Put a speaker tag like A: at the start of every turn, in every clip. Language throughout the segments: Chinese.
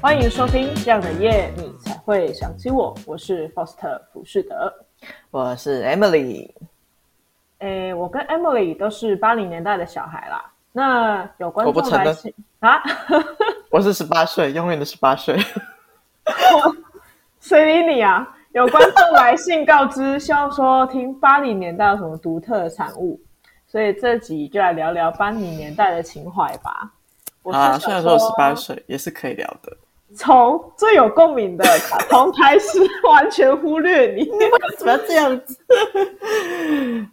A: 欢迎收听《这样的夜你才会想起我》，我是 Foster 福士德。
B: 我是 Emily，
A: 诶，我跟 Emily 都是八零年代的小孩啦。那有观
B: 我不
A: 众
B: 承
A: 来
B: 认
A: 信啊，
B: 我是十八岁，永远的十八岁。
A: 谁理你啊？有观众来信告知，希望说听八零年代有什么独特的产物，所以这集就来聊聊八零年代的情怀吧。我是
B: 啊，
A: 想
B: 虽然说我十八岁，也是可以聊的。
A: 从最有共鸣的卡通开始， 完全忽略你。
B: 怎么要这样子？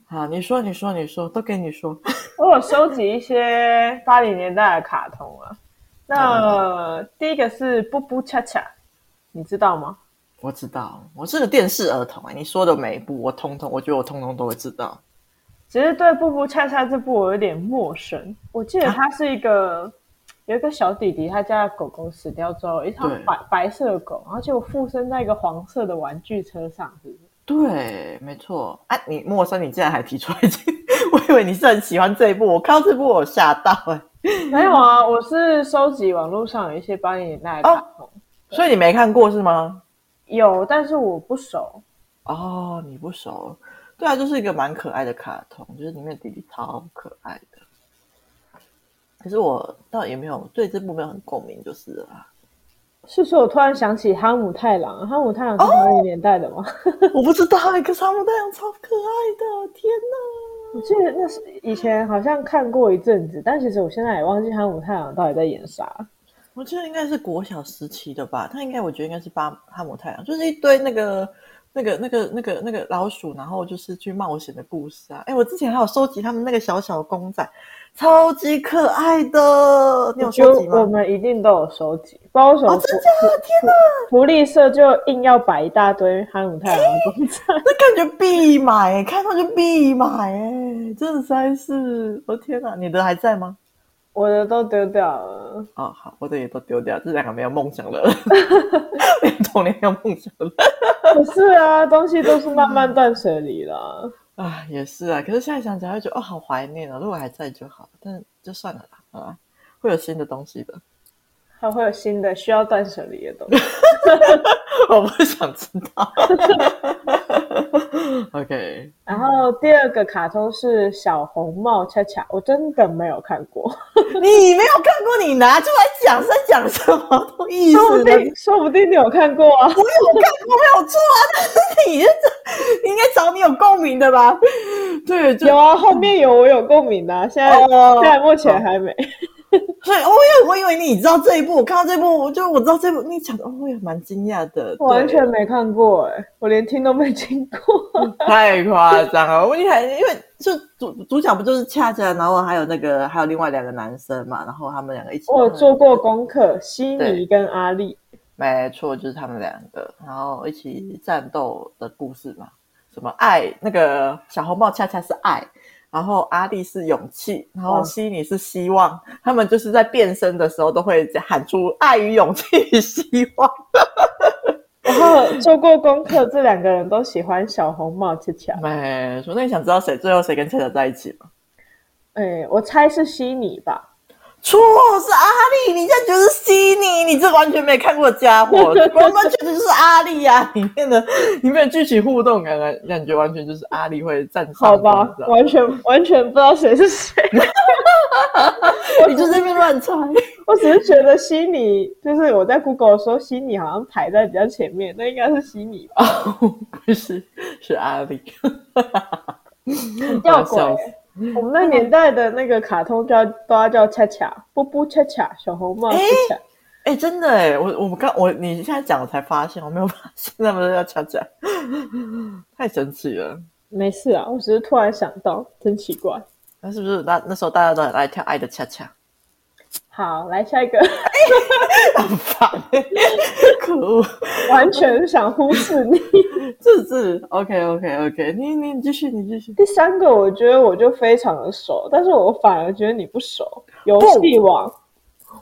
B: 好，啊你说，你说，你说，都给你说。
A: 我有收集一些八零年代的卡通啊。那、第一个是《布布恰恰》，你知道吗？
B: 我知道，我是个电视儿童啊。你说的每一部，我通通，我觉得我通通都会知道。
A: 其实对《布布恰恰》这部我有点陌生。我记得
B: 啊
A: 它是一个、有一个小弟弟，他家的狗狗死掉之后，一条
B: 对
A: 白白色的狗，然后就附身在一个黄色的玩具车上，是不是？
B: 对，没错。啊，你陌生，你竟然还提出来这，我以为你是很喜欢这一部。我看到这部，我吓到哎、
A: 没有啊，我是收集网络上有一些八零年代的卡
B: 哦
A: 通，
B: 所以你没看过是吗？
A: 有，但是我不熟。
B: 哦，你不熟。对啊，就是一个蛮可爱的卡通，就是里面弟弟超可爱的。可是我倒也没有对这部没有很共鸣，就是了啊啦。
A: 是说我突然想起哈姆太郎，哈姆太
B: 哦
A: 郎是八零年代的吗？
B: 我不知道，欸可是他们太阳超可爱的，天哪！
A: 我记得那是以前好像看过一阵子，但其实我现在也忘记哈姆太郎到底在演啥。
B: 我记得应该是国小时期的吧，他应该我觉得应该是巴哈姆太阳，就是一堆那个那个那个那个那个老鼠，然后就是去冒险的故事啊。哎，我之前还有收集他们那个小小公仔，超级可爱的，你有
A: 我觉得
B: 收集吗？
A: 我们一定都有收集，不知道为什么
B: 哦，真假的？天哪！
A: 福利社就硬要摆一大堆哈姆太郎的公仔。
B: 那感觉必买、看到就必买、哎，真的实在是，我、天哪！你的还在吗？
A: 我的都丢掉了。
B: 哦，好，我的也都丢掉，这两个没有梦想的人，没有童年没有梦想的人
A: 不是啊，东西都是慢慢断水里了。
B: 啊，也是啊。可是现在想起来会觉得，哦，好怀念啊！如果还在就好，但就算了啦，啊，会有新的东西的，
A: 还会有新的需要断舍离的东西。
B: 我不想知道。OK，
A: 然后第二个卡通是小红帽恰恰，我真的没有看过。
B: 你没有看过，你拿出来讲是在讲什么都意
A: 说
B: 思
A: 不
B: 呢？
A: 定，说不定你有看过啊。
B: 我有看过没有错啊，但是你是你应该找你有共鸣的吧？对，就
A: 有啊，后面有我有共鸣的啊、现在、
B: 哦
A: 现在目前还 没。
B: 所以，哦，因为我以为你知道这一部，我看到这一部，我就我知道这一部，你讲的，哦，我也蛮惊讶的，
A: 我完全
B: 对嗯
A: 没看过哎、我连听都没听过。
B: 太夸张了。我你还因为就主主角不就是恰恰，然后还有那个还有另外两个男生嘛，然后他们两个一起，
A: 我有做过功课，悉尼
B: 对
A: 跟阿丽。
B: 没错，就是他们两个，然后一起战斗的故事嘛。什么爱？那个小红帽恰恰是爱，然后阿丽是勇气，然
A: 哦
B: 后悉尼是希望。他们就是在变身的时候都会喊出“爱与勇气与希望
A: 然后做过功课，这两个人都喜欢小红帽恰恰”。。
B: 没错，那你想知道谁最后谁跟恰恰在一起吗？
A: 哎、我猜是悉尼吧。
B: 错，是阿丽。你现在觉得是悉尼，你这完全没看过的家伙，完完全全就是阿丽呀、啊！里面的里面的剧情互动感感感觉完全就是阿丽会站上
A: 好
B: 风
A: 吧
B: 这，样
A: 完全完全不知道谁是谁。
B: 你就在那边乱猜。
A: 我只是觉得悉尼，就是我在 Google 的时候，悉尼好像排在比较前面，那应该是悉尼吧？
B: 哦，不是，是阿里。嗯
A: 吊诡
B: 笑死
A: 欸。我们那年代的那个卡通叫都要叫恰恰、布布恰恰、小红帽恰恰。
B: 哎、真的哎，我我们刚我你现在讲我才发现，我没有发现他们要恰 恰，太神奇了。
A: 没事啊，我只是突然想到，真奇怪。
B: 那是不是那那时候大家都很爱跳《爱的恰 恰
A: 好，来下一个，》？
B: 很烦、可恶！
A: 完全想忽视你。
B: 这是 OK OK OK，你你你继续，你继续。
A: 第三个，我觉得我就非常的熟，但是我反而觉得你不熟。游戏王，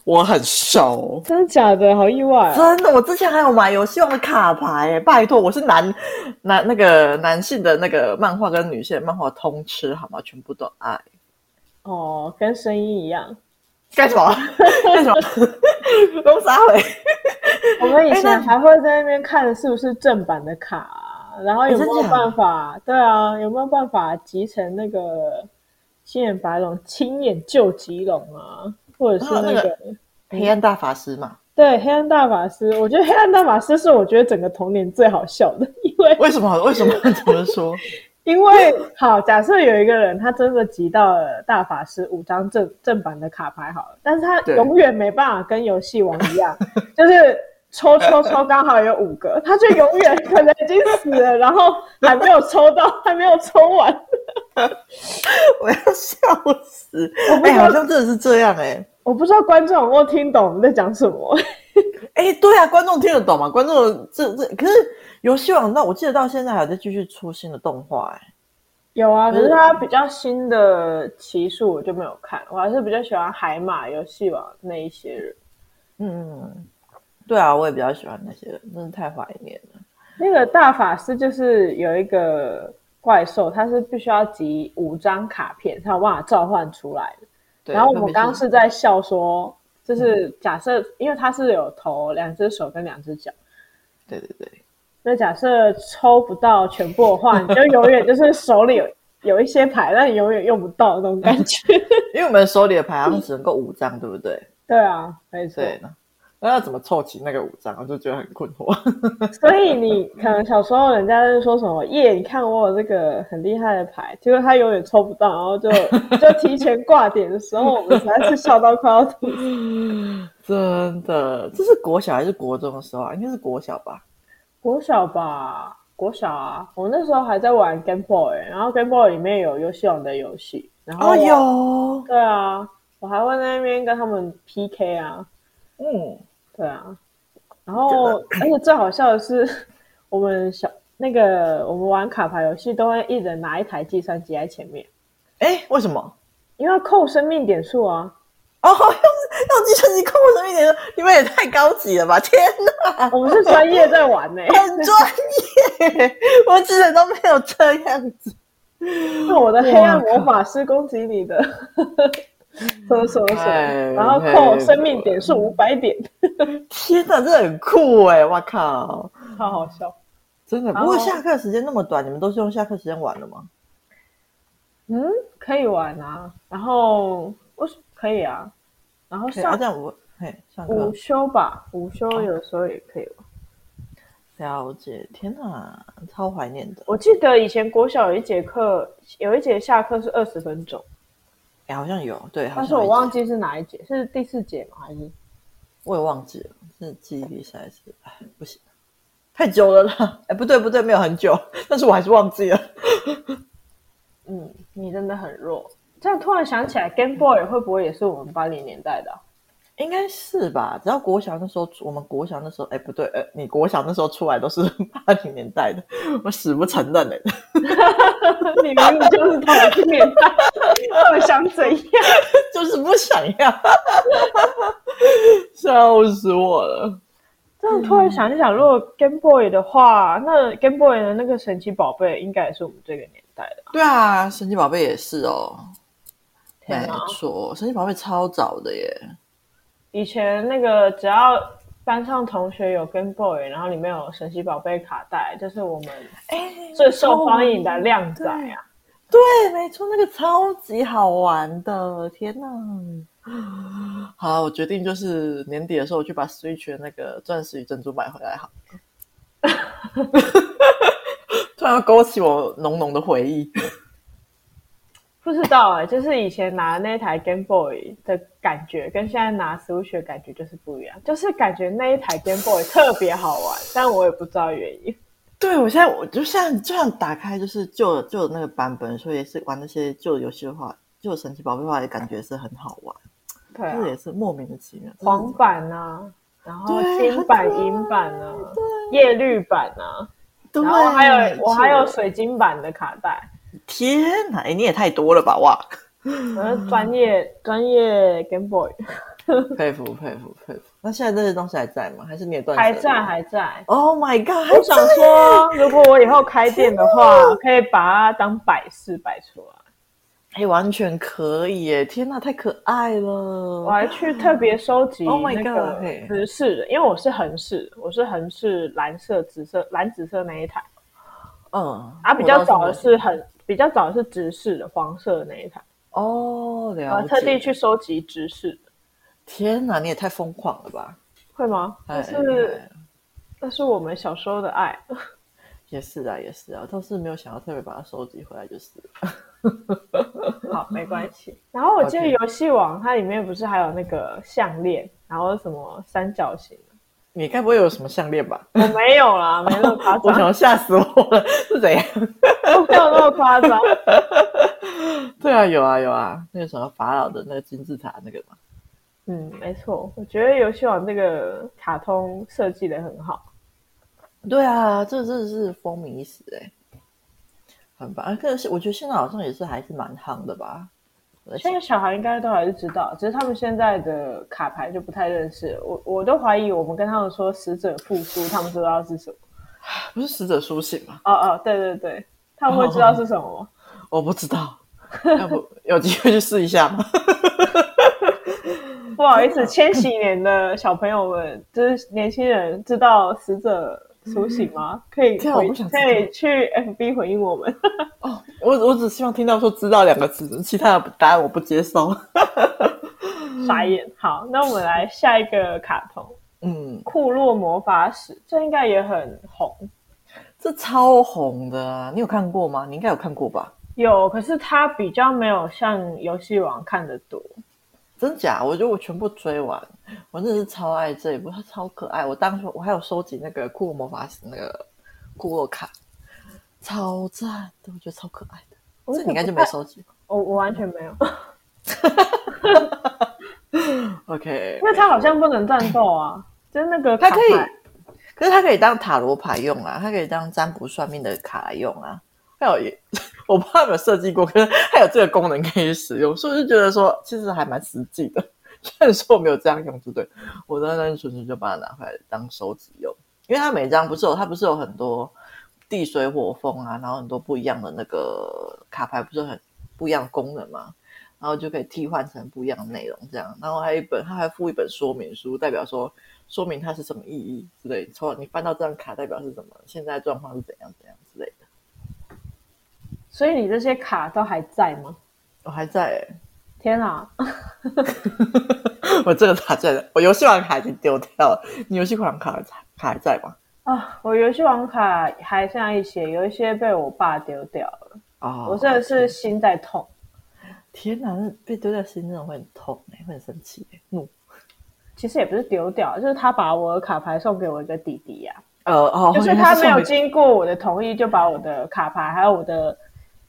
B: 我很熟，
A: 真的假的？好意外、啊。
B: 真的，我之前还有买游戏王的卡牌哎，拜托，我是男男那个男性的那个漫画跟女性的漫画通吃好吗？全部都爱。
A: 哦，跟声音一样。
B: 干什么？干什么？弄啥回？
A: 我们以
B: 哎那
A: 前还会在那边看是不是正版的卡啊、然后有没
B: 哎真
A: 有
B: 假
A: 办法？对啊，有没有办法集成那个青眼白龙、青眼救急龙啊，或者是
B: 啊那
A: 那个、
B: 黑暗大法师嘛？
A: 对黑暗大法师？我觉得黑暗大法师是我觉得整个童年最好笑的， 因为
B: 为什么？为 什么？怎么说？
A: 因 为好，假设有一个人他真的集到了大法师五张正正版的卡牌好了，但是他
B: 对
A: 永远没办法跟游戏王一样， 就是抽抽抽刚好有五个， 他就永远可能已经死了，然 后还没有抽到， 还没有抽完，
B: 我要笑死！
A: 我不
B: 哎、
A: 知道
B: 好像真的是这样哎、
A: 我不知道观众有没有听懂我们在讲什么。
B: 哎、对啊，观众听得懂吗？观众这这可是游戏王，那我记得到现在还在继续出新的动画哎、
A: 有啊，可是他比较新的期数我就没有看，我还是比较喜欢海马游戏王那一些人。
B: 嗯，嗯对啊，我也比较喜欢那些人，真的太怀念了。
A: 那个大法师就是有一个怪兽，它是必须要集五张卡片才有办法召唤出来的。
B: 对嗯
A: 然后我
B: 特
A: 们
B: 别
A: 刚刚是在笑说，就是假设，因为它是有头、两只手跟两只脚，
B: 对对对，
A: 那假设抽不到全部的话，你就永远就是手里有有一些牌，但你永远用不到那种感觉。
B: 因为我们手里的牌好像只能够五张，对不对？
A: 对啊，没错。
B: 对呢。那要怎么凑齐那个五张，我就觉得很困惑。
A: 所以你可能小时候人家就说什么耶，你看我有这个很厉害的牌，结果他永远抽不到，然后就 就提前挂点的时候，我们实在是笑到快要吐。
B: 真的，这是国小还是国中的时候啊？应该是国小吧？
A: 国小吧，国小啊，我那时候还在玩 Game Boy，然后 Game Boy 里面有游戏王的游戏，然后我
B: 哦，，有，
A: 对啊，我还会在那边跟他们 PK 啊，
B: 嗯，
A: 对啊，然后
B: 呃
A: 而且最好笑的是， 我们小那个我们玩卡牌游戏都会一人拿一台计算机在前面。
B: 哎，为什么？
A: 因为要扣生命点数啊！
B: 哦， 用用计算机控制一点，你们也太高级了吧！ 天哪，
A: 我们是专业在玩呢、
B: 很专业，我之前都没有这样 子。
A: 那我的黑暗魔法师攻击你的， 什么什么什么，
B: 哎
A: 然后扣生命点数五百点，
B: 天哪，这很酷哎！我靠，
A: 超好笑。
B: 真的。
A: 然
B: 不
A: 后
B: 过下课时间那么短，你们都是用下课时间玩的吗？
A: 嗯，可以玩啊。然后我可以啊，然后
B: 可以啊，
A: 上
B: 这样我嘿上课
A: 午休吧，午休有时候也可以玩。
B: 了解。天哪，超怀念的。
A: 我记得以前国小有一节课，有一节下课是二十分钟，
B: 哎，好像有对，好
A: 但
B: 像
A: 是我
B: 有一
A: 忘
B: 集，
A: 记是哪一节，是第四节吗？还是？
B: 我也忘记了，是记忆力实在是哎不行，太久了啦。哎，不对不对，没有很久，但是我还是忘记了。
A: 嗯，你真的很弱。这样突然想起来，Game Boy 会不会也是我们八零年代的啊、
B: 应该是吧？只要国小那时候出，我们国小那时候，哎、不对，呃，你国小那时候出来都是八零年代的，我死不承认嘞、
A: 你明明就是同一个年代， 我想怎样？
B: 就是不想要，笑死我了。
A: 这样突然想一想，如果 Game Boy 的话，那 Game Boy 的那个神奇宝贝应该也是我们这个年代的啊。
B: 对啊，神奇宝贝也是哦，
A: 天啊
B: 没
A: 哪
B: 错，神奇宝贝超早的耶。
A: 以前那个只要班上同学有 Game Boy，然后里面有神奇宝贝卡带，这是我们
B: 哎、
A: 最受欢迎的靓仔啊！
B: 对，没错，那个超级好玩的，天哪！好，我决定就是年底的时候，我去把 Switch 的那个钻石与珍珠买回来好了。 突然勾起我浓浓的回忆，
A: 不知道哎、就是以前拿那台 Game Boy 的感觉，跟现在拿 Switch 的感觉就是不一样，就是感觉那一台 Game Boy 特别好玩，但我也不知道原因。
B: 对我现在我就像就像打开就是旧的旧的那个版本，所以也是玩那些旧的游戏的话，旧的神奇宝贝的话，也感觉是很好玩，
A: 对、
B: 这
A: 啊，
B: 也是莫名的奇妙。
A: 黄版啊，然后
B: 对
A: 金版
B: 很、可爱
A: 银版啊，叶绿版啊，
B: 对，
A: 然后还有
B: 没
A: 我还有
B: 错
A: 水晶版的卡带，
B: 天哪，哎，你也太多了吧哇！
A: 我是专业
B: 嗯
A: 专业 Game Boy，
B: 佩服佩服佩服！那现在这些东西还在吗？还是你也断舍
A: 还
B: 离
A: 在还在。
B: ？Oh my god！
A: 我
B: 还
A: 想
B: 在
A: 说，如果我以后开店的话，可以把它当摆饰摆出来。
B: 哎，完全可以耶！天哪，太可爱
A: 我
B: 了！
A: 还去特别收集
B: Oh my
A: 那
B: God，
A: 个
B: 嘿
A: 直视的，因为我是横视，我是横视蓝色、紫色、蓝紫色那一台，
B: 嗯，
A: 啊，比较早
B: 早
A: 的是很比较早的是直视的黄色的那一台，
B: 哦，
A: 我
B: 了
A: 还
B: 解。
A: 特地去收集直视的，
B: 天哪，你也太疯狂了吧！
A: 会吗？
B: 哎
A: 但是那是我们小时候的 爱，
B: 也是啊，也是啊，倒是没有想要特别把它收集回来，就是了
A: 好，没关 系。然后我记得
B: OK
A: 游戏王它里面不是还有那个项链，然后什么三角形的，
B: 你该不会有什么项链吧？
A: 我没有啦，没那么夸
B: 我想
A: 张，
B: 要吓死我了，是怎样？
A: 我没有那么夸张。
B: 对啊，有啊有啊，那个什么法老的那个金字塔那个嘛，
A: 嗯，没错，我觉得游戏王这个卡通设计的很好。
B: 对啊，这真的是风靡一时哎、很棒。啊可是我觉得现在好像也是还是蛮夯的吧。我在
A: 现
B: 想
A: 在小孩应该都还是知道，只是他们现在的卡牌就不太认识。我我都怀疑，我们跟他们说死者复苏，他们知道是什么？
B: 不是死者苏醒吗？
A: 哦哦，对对对，他们会知道是什么吗？
B: 我不知道，要不有机会去试一下吗？ 哦
A: 不好意思，千禧年的小朋友们，就是年轻人，知道死者苏醒吗？可以
B: 天啊我
A: 回
B: 不想知道
A: 可以去 FB 回应我们。
B: 哦，我我只希望听到说“知道”两个字，其他的答案我不接受。
A: 傻眼。好，那我们来下一个卡通《
B: 嗯，
A: 库洛魔法使》，这应该也很红。
B: 这超红的啊，你有看过吗？你应该有看过吧？
A: 有，可是它比较没有像游戏王看的多。
B: 真假？我觉得我全部追完，我真的是超爱这一部，它超可爱。我当初我还有收集那个库洛魔法使那个库洛卡，超赞的，我觉得超可爱的。
A: 我
B: 这
A: 怎么
B: 你应该就
A: 不
B: 没
A: 太，
B: 收集。
A: 我我完全没有，
B: OK，
A: 因为它好像不能战斗啊，就是那个
B: 它
A: 卡
B: 可以
A: 牌，
B: 可是它可以当塔罗牌用啊，它可以当占卜算命的卡来用啊。还有， 我不知道有没有设计过，可是它有这个功能可以使用，所以我就觉得说，其实还蛮实际的。虽然说我没有这样用，就对我单单纯纯就把它拿回来当收集用，因为它每张不是有它不是有很多地水火风啊，然后很多不一样的那个卡牌，不是很不一样的功能吗？然后就可以替换成不一样的内容，这样。然后还有一本，它还附一本说明书，代表说说明它是什么意义之类的。抽你翻到这张卡代表是什么，现在状况是怎样怎样之类的。
A: 所以你这些卡都还在吗？
B: 我还在、欸，
A: 天啊，
B: 我这个卡在的，我游戏王卡已经丢掉了。你游戏王卡卡还在吗？
A: 啊，我游戏王卡还剩下一些，有一些被我爸丢掉了，
B: 哦，
A: 我真的是心在痛。
B: 天哪，那被丢在心真的会很痛、欸，会很生气、欸，怒。
A: 其实也不是丢掉，就是他把我的卡牌送给我一个弟弟啊呀、
B: 呃哦，
A: 就是他没有
B: 进。
A: 经过我的同意就把我的卡牌，还有我的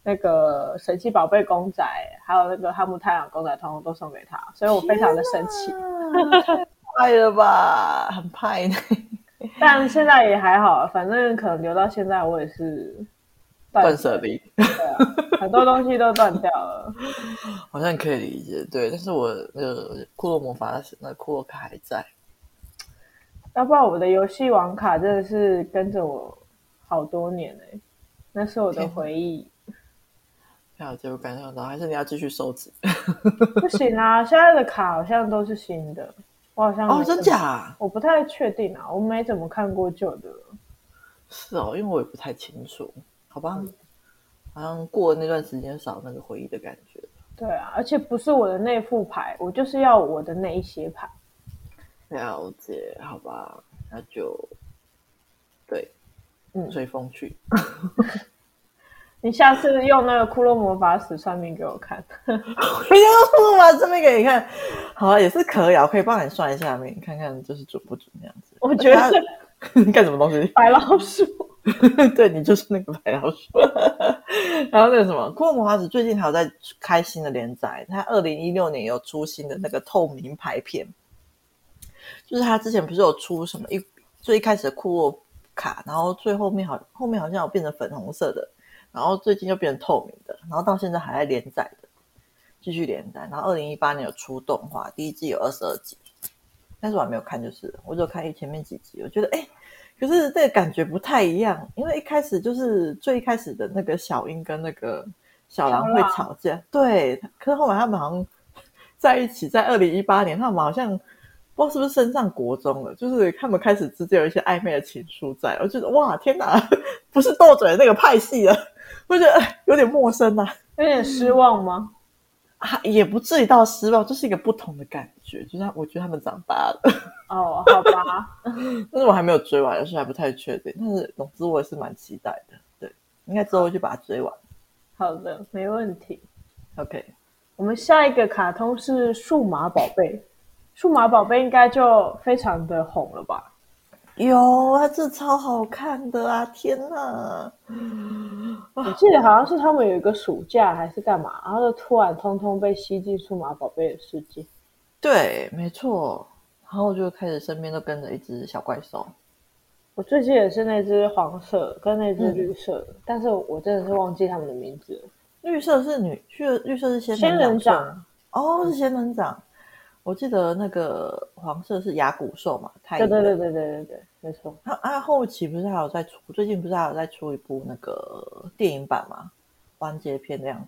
A: 那个神奇宝贝公仔，还有那个哈姆太郎公仔，通通都送给他，所以我非常的生气。
B: 啊太派了吧，很派 呢。
A: 但现在也还好，反正可能留到现在，我也是
B: 断舍离
A: 对啊，很多东西都断掉了。
B: 好像可以理解，对。但是我呃，库洛魔法使那库洛卡还在，
A: 要不然我的游戏王卡真的是跟着我好多年哎、那是我的回忆。
B: 还有这个感受到，还是你要继续收集？
A: 不行啊，现在的卡好像都是新的，我好像
B: 哦，
A: 没怎
B: 真
A: 么
B: 假？
A: 我不太确定啊，我没怎么看过旧的了。
B: 是哦，因为我也不太清楚，好吧。好像过了那段时间少那个回忆的感觉，
A: 对啊，而且不是我的那副牌，我就是要我的那一些牌。
B: 了解，好吧，那就对，
A: 嗯
B: 随风去。
A: 你下次用那个骷髅魔法使算命给我看，
B: 不要嘛，这边给你看，好啊，也是可以啊，我可以帮你算一下命，看看就是准不准那样子。
A: 我觉得是
B: 干什么东西？
A: 白老鼠。
B: 对你就是那个白老鼠。然后那个什么，库洛魔法使最近还有在开新的连载，他二零一六年有出新的那个透明牌片，就是他之前不是有出什么一最一开始的库洛卡，然后最后面好后面好像有变成粉红色的，然后最近又变成透明的，然后到现在还在连载的，继续连载。然后二零一八年有出动画，第一季有二十二集，但是我还没有看，就是了我只有看一前面几集，我觉得哎。诶可是这个感觉不太一样，因为一开始就是最一开始的那个小樱跟那个小狼会吵架，对。可是后来他们好像在一起，在二零一八年，他们好像不知道是不是升上国中了，就是他们开始之间有一些暧昧的情愫在，我觉得哇，天哪， 不是斗嘴的那个派系了，我觉得哎有点陌生呐、
A: 有点失望吗？
B: 啊，也不至于到失望，就是一个不同的感觉，就是他我觉得他们长大了，
A: 哦，好吧，
B: 但是我还没有追完，所以还不太确定，但是总之我也是蛮期待的，对，应该之后会去把它追完
A: 好的，没问题。
B: ，OK。
A: 我们下一个卡通是《数码宝贝》，《数码宝贝》应该就非常的红了吧？
B: 有，它这超好看的啊！天哪，
A: 我记得好像是他们有一个暑假还是干嘛，然后就突然通通被吸进数码宝贝的世界。
B: 对，没错。然后就开始身边都跟着一只小怪兽，
A: 我最记得是那只黄色跟那
B: 嗯
A: 只绿色的，但是我真的是忘记他们的名字了。
B: 绿色是女，绿绿色是仙
A: 仙人
B: 人
A: 掌
B: 哦，是仙人掌。我记得那个黄色是牙骨兽嘛，太
A: 对对对对对对对，没错。
B: 他啊，后期不是还有在出，最近不是还有在出一部那个电影版嘛，完结篇的样子。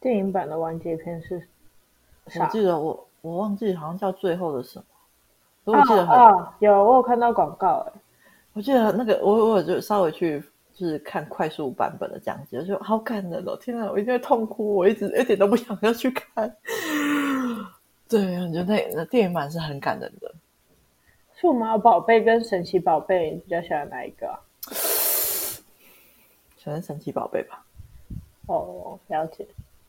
A: 电影版的完结篇是啊
B: 我
A: 啥？
B: 记得我我忘记好像叫最后的什么，可是我记得很
A: 啊啊有我有看到广告哎、
B: 我记得那个，我我有就稍微去就是看快速版本的讲解，我就好感人哦！天哪，我一定会痛哭，我一直一点都不想要去看。对，我觉得那那电影版是很感人的。
A: 数码宝贝跟神奇宝贝，你比较喜欢哪一个啊、
B: 喜欢神奇宝贝吧？
A: 哦，了解。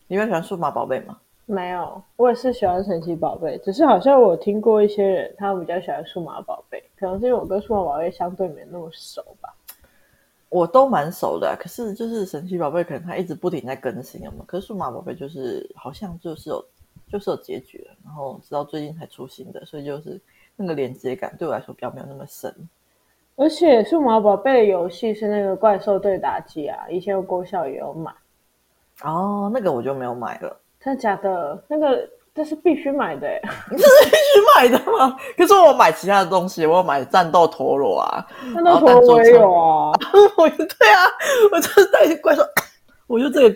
B: 你会喜欢数码宝贝吗？
A: 没有，我也是喜欢神奇宝贝，只是好像我听过一些人，他们比较喜欢数码宝贝，可能是因为我跟数码宝贝相对没那么熟吧。
B: 我都蛮熟的啊、可是就是神奇宝贝，可能它一直不停在更新，有没有？可是数码宝贝就是好像就是有就是有结局了，然后直到最近才出新的，所以就是那个连接感对我来说比较没有那么深。
A: 而且数码宝贝的游戏是那个怪兽对打机啊，以前我国小也有买，
B: 哦，那个我就没有买了。
A: 真的假的？那个这是必须买的、欸，
B: 买的吗？可是我买其他的东西，我有买战斗陀螺啊，
A: 那都陀螺我也有啊。
B: 我就对啊，我就是带着怪兽，我就这个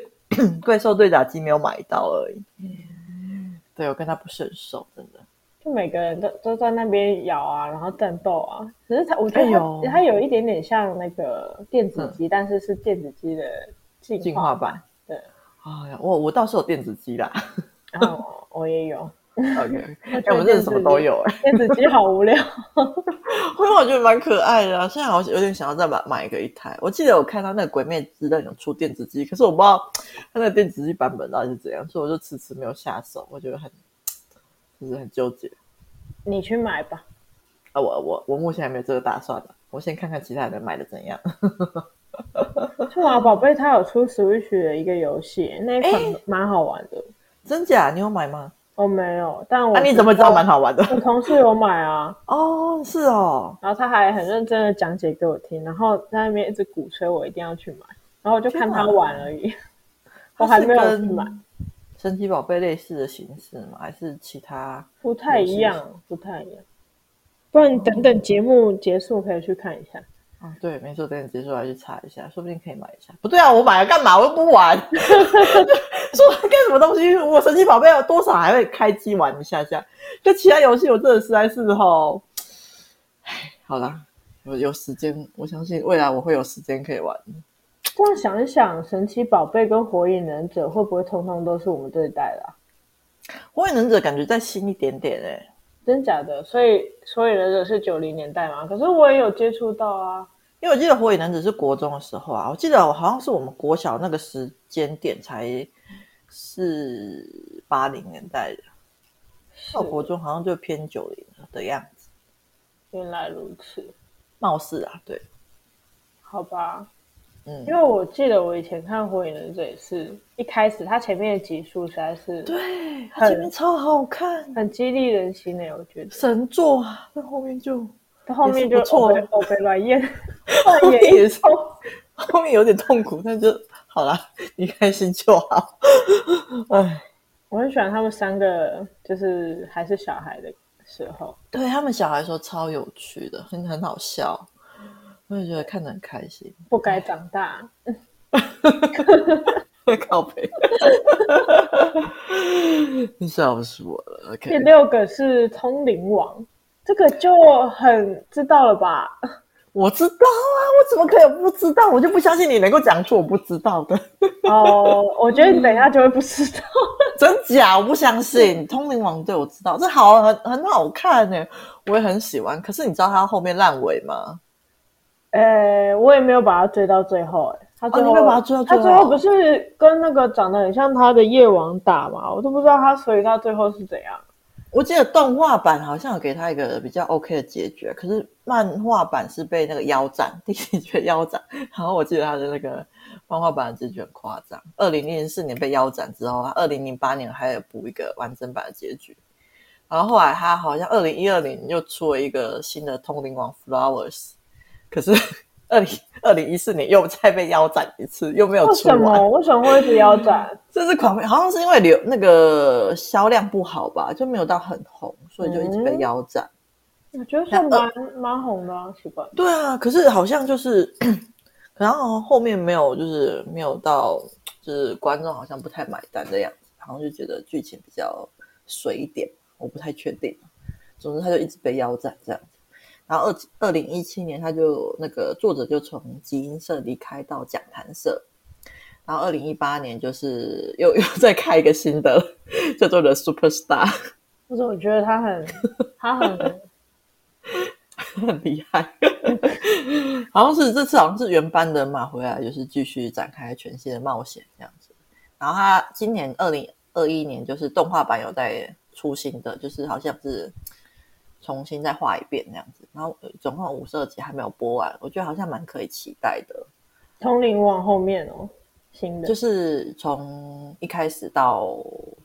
B: 怪兽对打机没有买到而已。对，我跟他不是很熟，真的。
A: 就每个人都都在那边摇啊，然后战斗啊。可是它，我觉得它、
B: 哎呦嗯
A: 它有一点点像那个电子机，但是是电子机的进化
B: 进化版，
A: 对。
B: 哎呀，我我倒是有电子机啦。
A: 然后我也有
B: OK，哎、
A: 觉得
B: 我们真的什么 都有哎、
A: 电子机，好无聊。
B: 因为我觉得蛮可爱的啊。现在好像有点想要再买买一个一台。我记得我看到那个《鬼灭之刃》有出电子机，可是我不知道它那个电子机版本到底是怎样，所以我就迟迟没有下手。我觉得很就是很纠结。
A: 你去买吧。
B: 啊，我我我目前还没有这个打算的，我先看看其他人买的怎样。
A: 数码宝贝它有出 Switch 的一个游戏，那一
B: 哎
A: 款蛮好玩的。
B: 真假？你有买吗？
A: 我没有，但我哦
B: 那、啊你怎么知道蛮
A: 我
B: 好玩的？
A: 我同事有买啊，
B: 哦，是哦，
A: 然后他还很认真的讲解给我听，然后在那边一直鼓吹我一定要去买，然后我就
B: 啊
A: 看他玩而已。我还没有去买，
B: 神奇宝贝类似的形式吗？还是其他？
A: 不太一样，不太一样。不然你等等节目结束可以去看一下。
B: 啊，对，没错，等你结束来去查一下，说不定可以买一下。不对啊，我买了干嘛？我又不玩， 说干什么东西？我神奇宝贝有多少还会开机玩一下下？就其他游戏，我真的实在是吼，唉，好啦，有有时间，我相信未来我会有时间可以玩。
A: 这样想一想，神奇宝贝跟火影忍者会不会通通都是我们这一代的啊、
B: 火影忍者感觉再新一点点哎、
A: 真假的？所以所以忍者是九零年代嘛？可是我也有接触到啊。
B: 因为我记得火影忍者是国中的时候啊，我记得我好像是我们国小那个时间点才是八零年代的，到国中好像就偏九零的样子，
A: 原来如此，
B: 貌似啊，对，
A: 好吧。
B: 嗯
A: 因，为我记得我以前看《火影忍者》也是一开始，它前面的集数实在是
B: 对，它前面超好看，
A: 很激励人心的、我觉得
B: 神作啊，那后面就
A: 到后面就
B: 也是不错
A: 欧北欧北软咽，
B: 后
A: 换
B: 面
A: 演
B: 也是，后面有点痛苦，但就好啦， 你开心就好，哎。
A: 我很喜欢他们三个，就是还是小孩的时候。
B: 对他们小孩说超有趣的，很很好笑，我也觉得看得很开心。
A: 不该长大，
B: 靠背， 你笑死我了。
A: 第
B: OK，
A: 六个是通灵王，这个就很知道了 吧？
B: 我知道啊，我怎么可以不知道？我就不相信你能够讲出我不知道的，
A: 哦，我觉得你等一下就会不知道。
B: 真假？我不相信。通灵王对我知道，这好很很好看呢、我也很喜欢。可是你知道它后面烂尾吗？
A: 呃，我也没有把他追到最后、哎，他最后、
B: 哦你没有把他追到最后
A: 他最后不是跟那个长得很像他的夜王打嘛？我都不知道他，所以他最后是怎样？
B: 我记得动画版好像有给他一个比较 OK 的结局，可是漫画版是被那个腰斩，第一局腰斩。然后我记得他的那个漫画版的结局很夸张，二零零四年被腰斩之后，他二零零八年还有补一个完整版的结局。然后后来他好像二零一二年又出了一个新的通灵王 Flowers，可是 二零二零一四年又再被腰斩一次，又没有
A: 为
B: 出
A: 什
B: 完。
A: 么？为什么会一直腰斩？
B: 这是狂飙，好像是因为流那个销量不好吧，就没有到很红，所以就一直被腰斩。
A: 我觉得算
B: 呃
A: 蛮蛮红的、啊，奇怪。
B: 对啊，可是好像就是， 然后后面没有，就是没有到，就是观众好像不太买单的样子，好像就觉得剧情比较水一点，我不太确定。总之，他就一直被腰斩这样子。然后二二零一七年，他就那个作者就从集英社离开到讲坛社，然后二零一八年就是又 又再开一个新的， 叫做 The Superstar，
A: 或者我觉得他 很他很
B: 很厉害。好像是这次好像是原班人马回来，就是继续展开全新的冒险这样子。然后他今年二零二一年就是动画版有在出新的，就是好像是重新再画一遍那样子。然后总共五十二集还没有播完，我觉得好像蛮可以期待的。
A: 通灵王后面哦，新的
B: 就。是从一开始到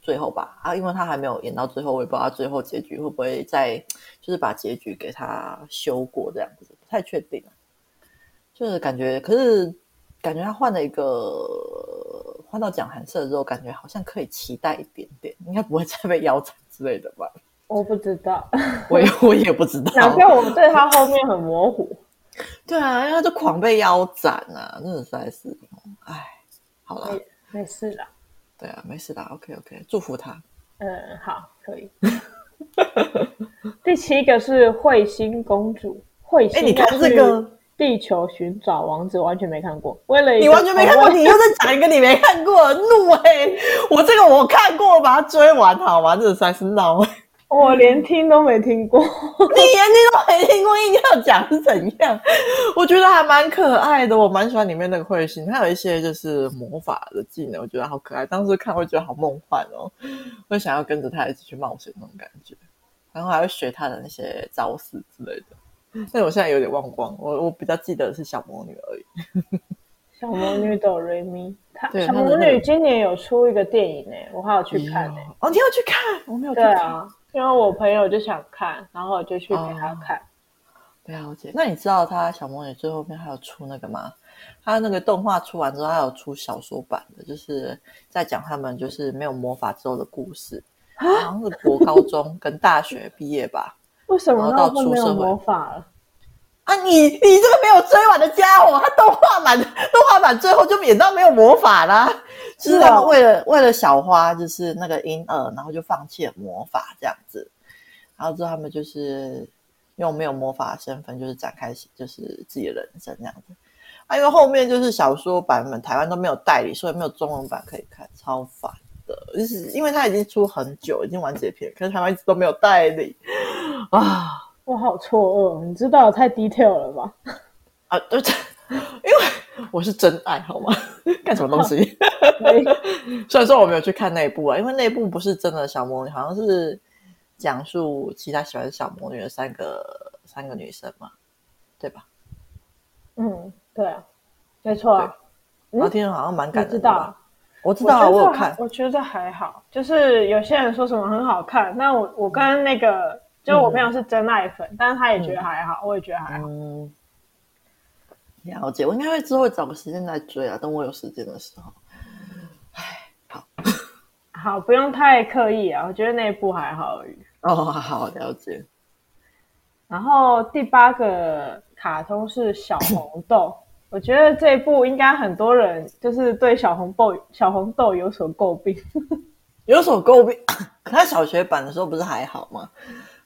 B: 最后吧，啊，因为他还没有演到最后，我也不知道他最后结局会不会再就是把结局给他修过这样子，不太确定啊。就是感觉，可是感觉他换了一个换到讲韩社之后，感觉好像可以期待一点点，应该不会再被腰斩之类的吧？
A: 我不知道，
B: 我也我也不知道，
A: 难怪我们对他后面很模糊。
B: 对啊，因为他就狂被腰斩啊，真的实在是，哎，好啦，
A: 没没事啦，
B: 对啊，没事啦，OK OK，祝福他。
A: 嗯，好，可以。第七个是彗星公主，彗星
B: 哎你看
A: 要去
B: 这个
A: 地球寻找王子，完全没看过。为了一
B: 你
A: 个
B: 完全没看过，
A: 从未
B: 你又在讲一个你没看过，怒欸！我这个我看过，我把它追完好吗？这个实在是 闹欸！
A: 我连听都没听过。
B: 你连听都没听过，硬要讲是怎样？我觉得还蛮可爱的，我蛮喜欢里面那个彗星，它有一些就是魔法的技能，我觉得好可爱。当时看会觉得好梦幻哦，会想要跟着他一起去冒险那种感觉，然后还会学他的那些招式之类的。但我现在有点忘光，我我比较记得是小魔女而已。
A: 小魔女哆瑞咪，她
B: 对
A: 小
B: 她的
A: 魔
B: 那
A: 女
B: 个
A: 今年有出一个电影呢、我还有去看呢、
B: 哦，你要去看？我没有去
A: 对
B: 看。
A: 啊，因为我朋友就想看，然后我就去给他
B: 哦
A: 看。
B: 了解。那你知道他小魔女最后面还有出那个吗？他那个动画出完之后，还有出小说版的，就是在讲他们就是没有魔法之后的故事，好像是国高中跟大学毕业吧。
A: 为什么
B: 然后
A: 那
B: 到
A: 会没
B: 出
A: 有
B: 社会
A: 魔法了？
B: 啊你，你这个没有追完的家伙，他动画版动画版最后就演到没有魔法啦，就是他
A: 是
B: 们
A: 哦
B: 为了为了小花就是那个婴儿，然后就放弃了魔法这样子，然后之后他们就是用没有魔法的身份，就是展开就是自己的人生这样子。啊，因为后面就是小说版本台湾都没有代理，所以没有中文版可以看，超烦的。就是因为它已经出很久，已经完结篇，可是台湾一直都没有代理啊。
A: 我好错愕，你知道我太 detail 了吧？
B: 啊，对，这因为我是真爱，好吗？干什么东西？
A: 所以
B: 虽然说我没有去看那一部啊，因为那一部不是真的小魔女，好像是讲述其他喜欢小魔女的三个三个女生嘛，对吧？
A: 嗯，对啊，没错啊，嗯
B: 然后听说好像蛮
A: 你
B: 感人
A: 知
B: 的
A: 道
B: 吧
A: 啊。
B: 我知道啊，我
A: 觉得
B: 有
A: 还
B: 看，
A: 我觉得还好，就是有些人说什么很好看，那我我跟那个，就我朋友是真爱粉，但是他也觉得还好，我也觉得还好。
B: 嗯，了解。我应该会之后找个时间再追啊，等我有时间的时候。
A: 好，不用太刻意啊，我觉得那一部还好而已。
B: 哦，好，了解。
A: 然后第八个卡通是小红豆，我我觉得这一部应该很多人就是对小红豆小红豆有所诟病，
B: 有所诟病。 可他小学版的时候不是还好吗？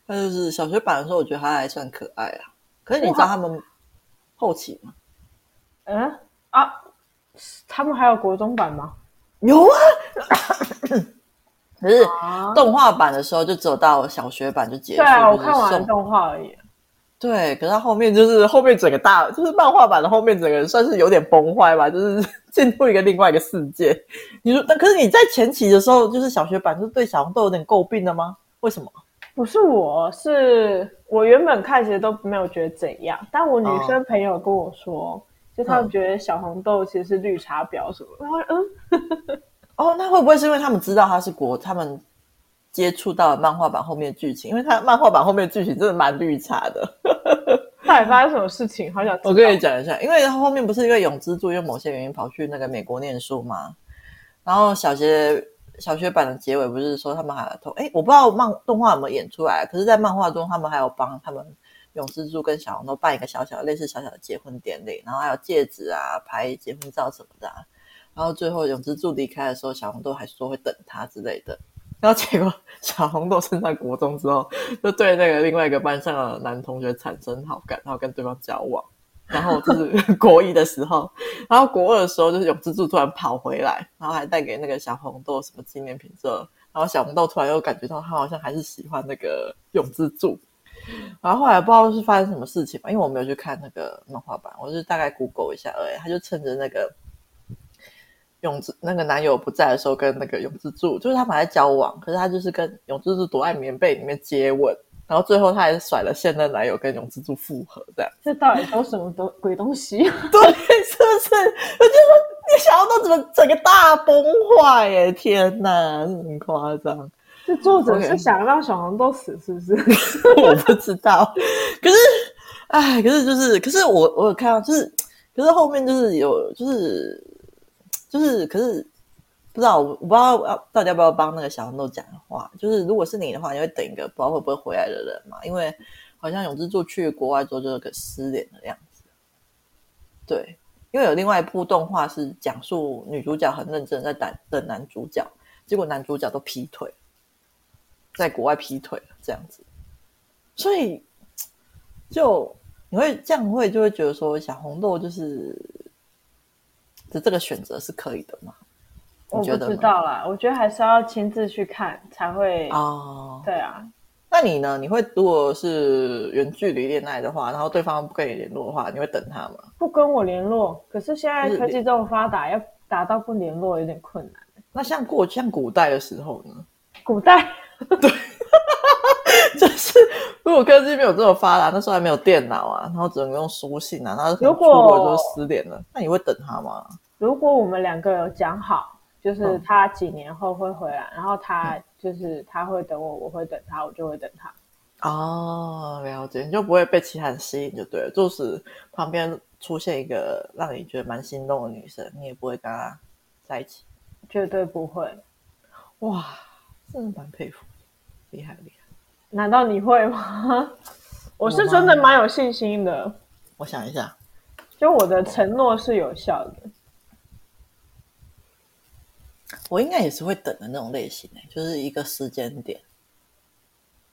B: 他就是小学版的时候，我觉得他还算可爱啊。可是你知道他们后期吗？
A: 嗯啊，他们还有国中版吗？
B: 有啊， 可是
A: 啊，
B: 动画版的时候就只有到小学版就结束。
A: 对啊，我
B: 就是
A: 看完
B: 送
A: 动画而已。
B: 对，可是他后面就是后面整个大，就是漫画版的后面整个算是有点崩坏吧，就是进入一个另外一个世界。你说，但可是你在前期的时候，就是小学版，就是对小红豆有点诟病的吗？为什么？
A: 不是我，是我原本看其实都没有觉得怎样，但我女
B: 哦
A: 生朋友跟我说，就他们
B: 嗯
A: 觉得小红豆其实是绿茶婊什么，然后嗯，
B: 哦，那会不会是因为他们知道他是国，他们接触到了漫画版后面的剧情？因为他漫画版后面的剧情真的蛮绿茶的。
A: 到底发生什么事情？好想知道
B: 我跟你讲一下，因为他后面不是因为永之助因为某些原因跑去那个美国念书嘛，然后小学小学版的结尾不是说他们还同哎，我不知道漫动画有没有演出来，可是，在漫画中他们还有帮他们永之助跟小红都办一个小小的类似小小的结婚典礼，然后还有戒指啊、拍结婚照什么的啊、然后最后永之助离开的时候，小红豆还说会等他之类的。然后结果小红豆升上国中之后，就对那个另外一个班上的男同学产生好感，然后跟对方交往。然后就是 国一的时候，然后国二的时候，就是永之助突然跑回来，然后还带给那个小红豆什么纪念品这，然后小红豆突然又感觉到他好像还是喜欢那个永之助，然后后来不知道是发生什么事情吧，因为我没有去看那个漫画版，我就大概 Google 一下而已。他就趁着那个永之那个男友不在的时候，跟那个永之助，就是他们还在交往，可是他就是跟永之助躲在棉被里面接吻，然后最后他还甩了现任男友跟永之助复合这样。
A: 这到底都什么东鬼东西？
B: 对，是不是？我就说你想要到怎么整个大崩坏耶！天哪，这很夸张，
A: 这作者是
B: OK
A: 想让小红豆死是不是？
B: 我不知道。可是，哎，可是就是，可是我我有看到，就是，可是后面就是有，就是，就是，可是不知道，我我不知道要到底要不要帮那个小红豆讲话。就是如果是你的话，你会等一个不知道会不会回来的人嘛？因为好像永之助去国外之后就是个失联的样子。对，因为有另外一部动画是讲述女主角很认真地在等等男主角，结果男主角都劈腿，在国外劈腿了这样子，所以就你会这样会就会觉得说小红豆就是的这个选择是可以的吗？
A: 我
B: 你
A: 不
B: 觉得
A: 知
B: 吗？
A: 道啦，我觉得还是要亲自去看才会。
B: 哦，
A: 对啊，
B: 那你呢？你会如果是远距离恋爱的话，然后对方不跟你联络的话，你会等他吗？
A: 不跟我联络，可是现在
B: 就是
A: 科技这么发达，要达到不联络有点困难。
B: 那像过像古代的时候呢？
A: 古代
B: 就是如果科技没有这么发达，那时候还没有电脑啊，然后只能用书信啊，然后可能
A: 如果
B: 出国就失联了，那你会等他吗？
A: 如果我们两个有讲好，就是
B: 嗯
A: 他几年后会回来，然后他就是他会等我，我会等他，我就会等他。
B: 哦，了解，你就不会被其他人吸引就对了，就是旁边出现一个让你觉得蛮心动的女生，你也不会跟她在一起。
A: 绝对不会。
B: 哇，真的蛮佩服，厉害厉害。
A: 难道你 会吗？我是真的蛮有信心的，
B: 我想一下，
A: 就我的承诺是有效的。
B: 我应该也是会等的那种类型、欸，就是一个时间点。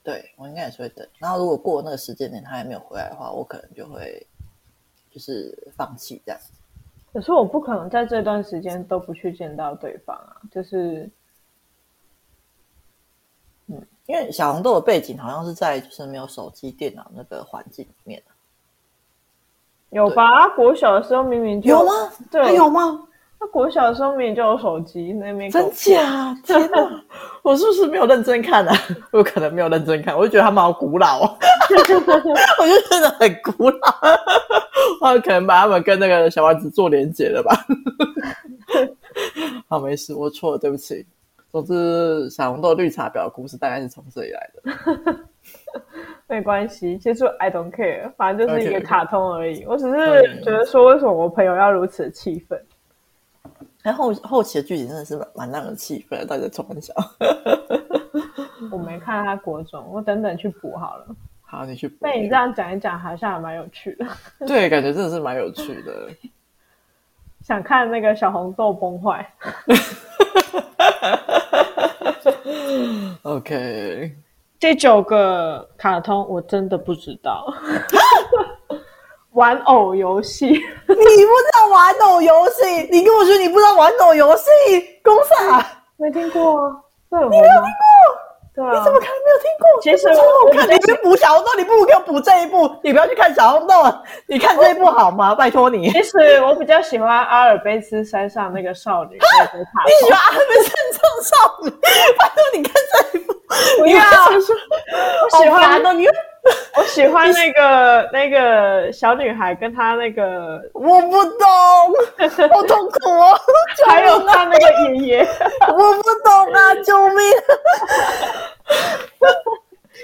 B: 对我应该也是会等，然后如果过了那个时间点他还没有回来的话，我可能就会就是放弃这样。
A: 可是我不可能在这段时间都不去见到对方啊，就是
B: 因为小红豆的背景好像是在就是没有手机、电脑那个环境里面，
A: 有吧？国小的时候明明就？对，
B: 他有吗？
A: 那国小的时候明明就有手机，那边
B: 真假？天哪！ 我是不是没有认真看啊？ 我可能没有认真看，我就觉得他们好古老、哦，我就觉得很古老。我可能把他们跟那个小丸子做连结了吧？ 好，没事，我错了，对不起。总之，小红豆绿茶婊的故事大概是从这里来的。
A: 没关系，其实 I don't care，反正就是一个
B: OK，OK
A: 卡通而已。我只是觉得说，为什么我朋友要如此的气愤？
B: 然后后期的剧情真的是蛮蛮让人气愤的，大家冲很小。
A: 我没看他国中，我等等去补好了。
B: 好，你去补。
A: 被你这样讲一讲，好像还蛮有趣的。
B: 对，感觉真的是蛮有趣的。
A: 想看那个小红豆崩坏。
B: OK，
A: 第九个卡通我真的不知道， 玩偶游戏，
B: 你不知道玩偶游戏，你跟我说你不知道玩偶游戏，公啊傻，
A: 没听过啊，这很红吗？对啊，
B: 你怎么可能没有听过？
A: 其实
B: 这不超好
A: 我
B: 看，
A: 我
B: 你去补小红豆，你不如给我补这一部，你不要去看小红豆了，你看这一部好吗？拜托你，
A: 其实我比较喜欢阿尔卑斯山上那个少女那个卡
B: 你喜
A: 通，
B: 欢阿美慎重少女， 拜托你看这一部，
A: 不
B: 你
A: 要
B: 为什么说
A: 我喜
B: 好
A: 欢
B: 烦哦，你又
A: 我喜欢那个那个小女孩跟她那 个，
B: 我不 懂，好痛苦哦！救
A: 还有
B: 命啊
A: 她那个爷爷，
B: 我不懂啊，救命！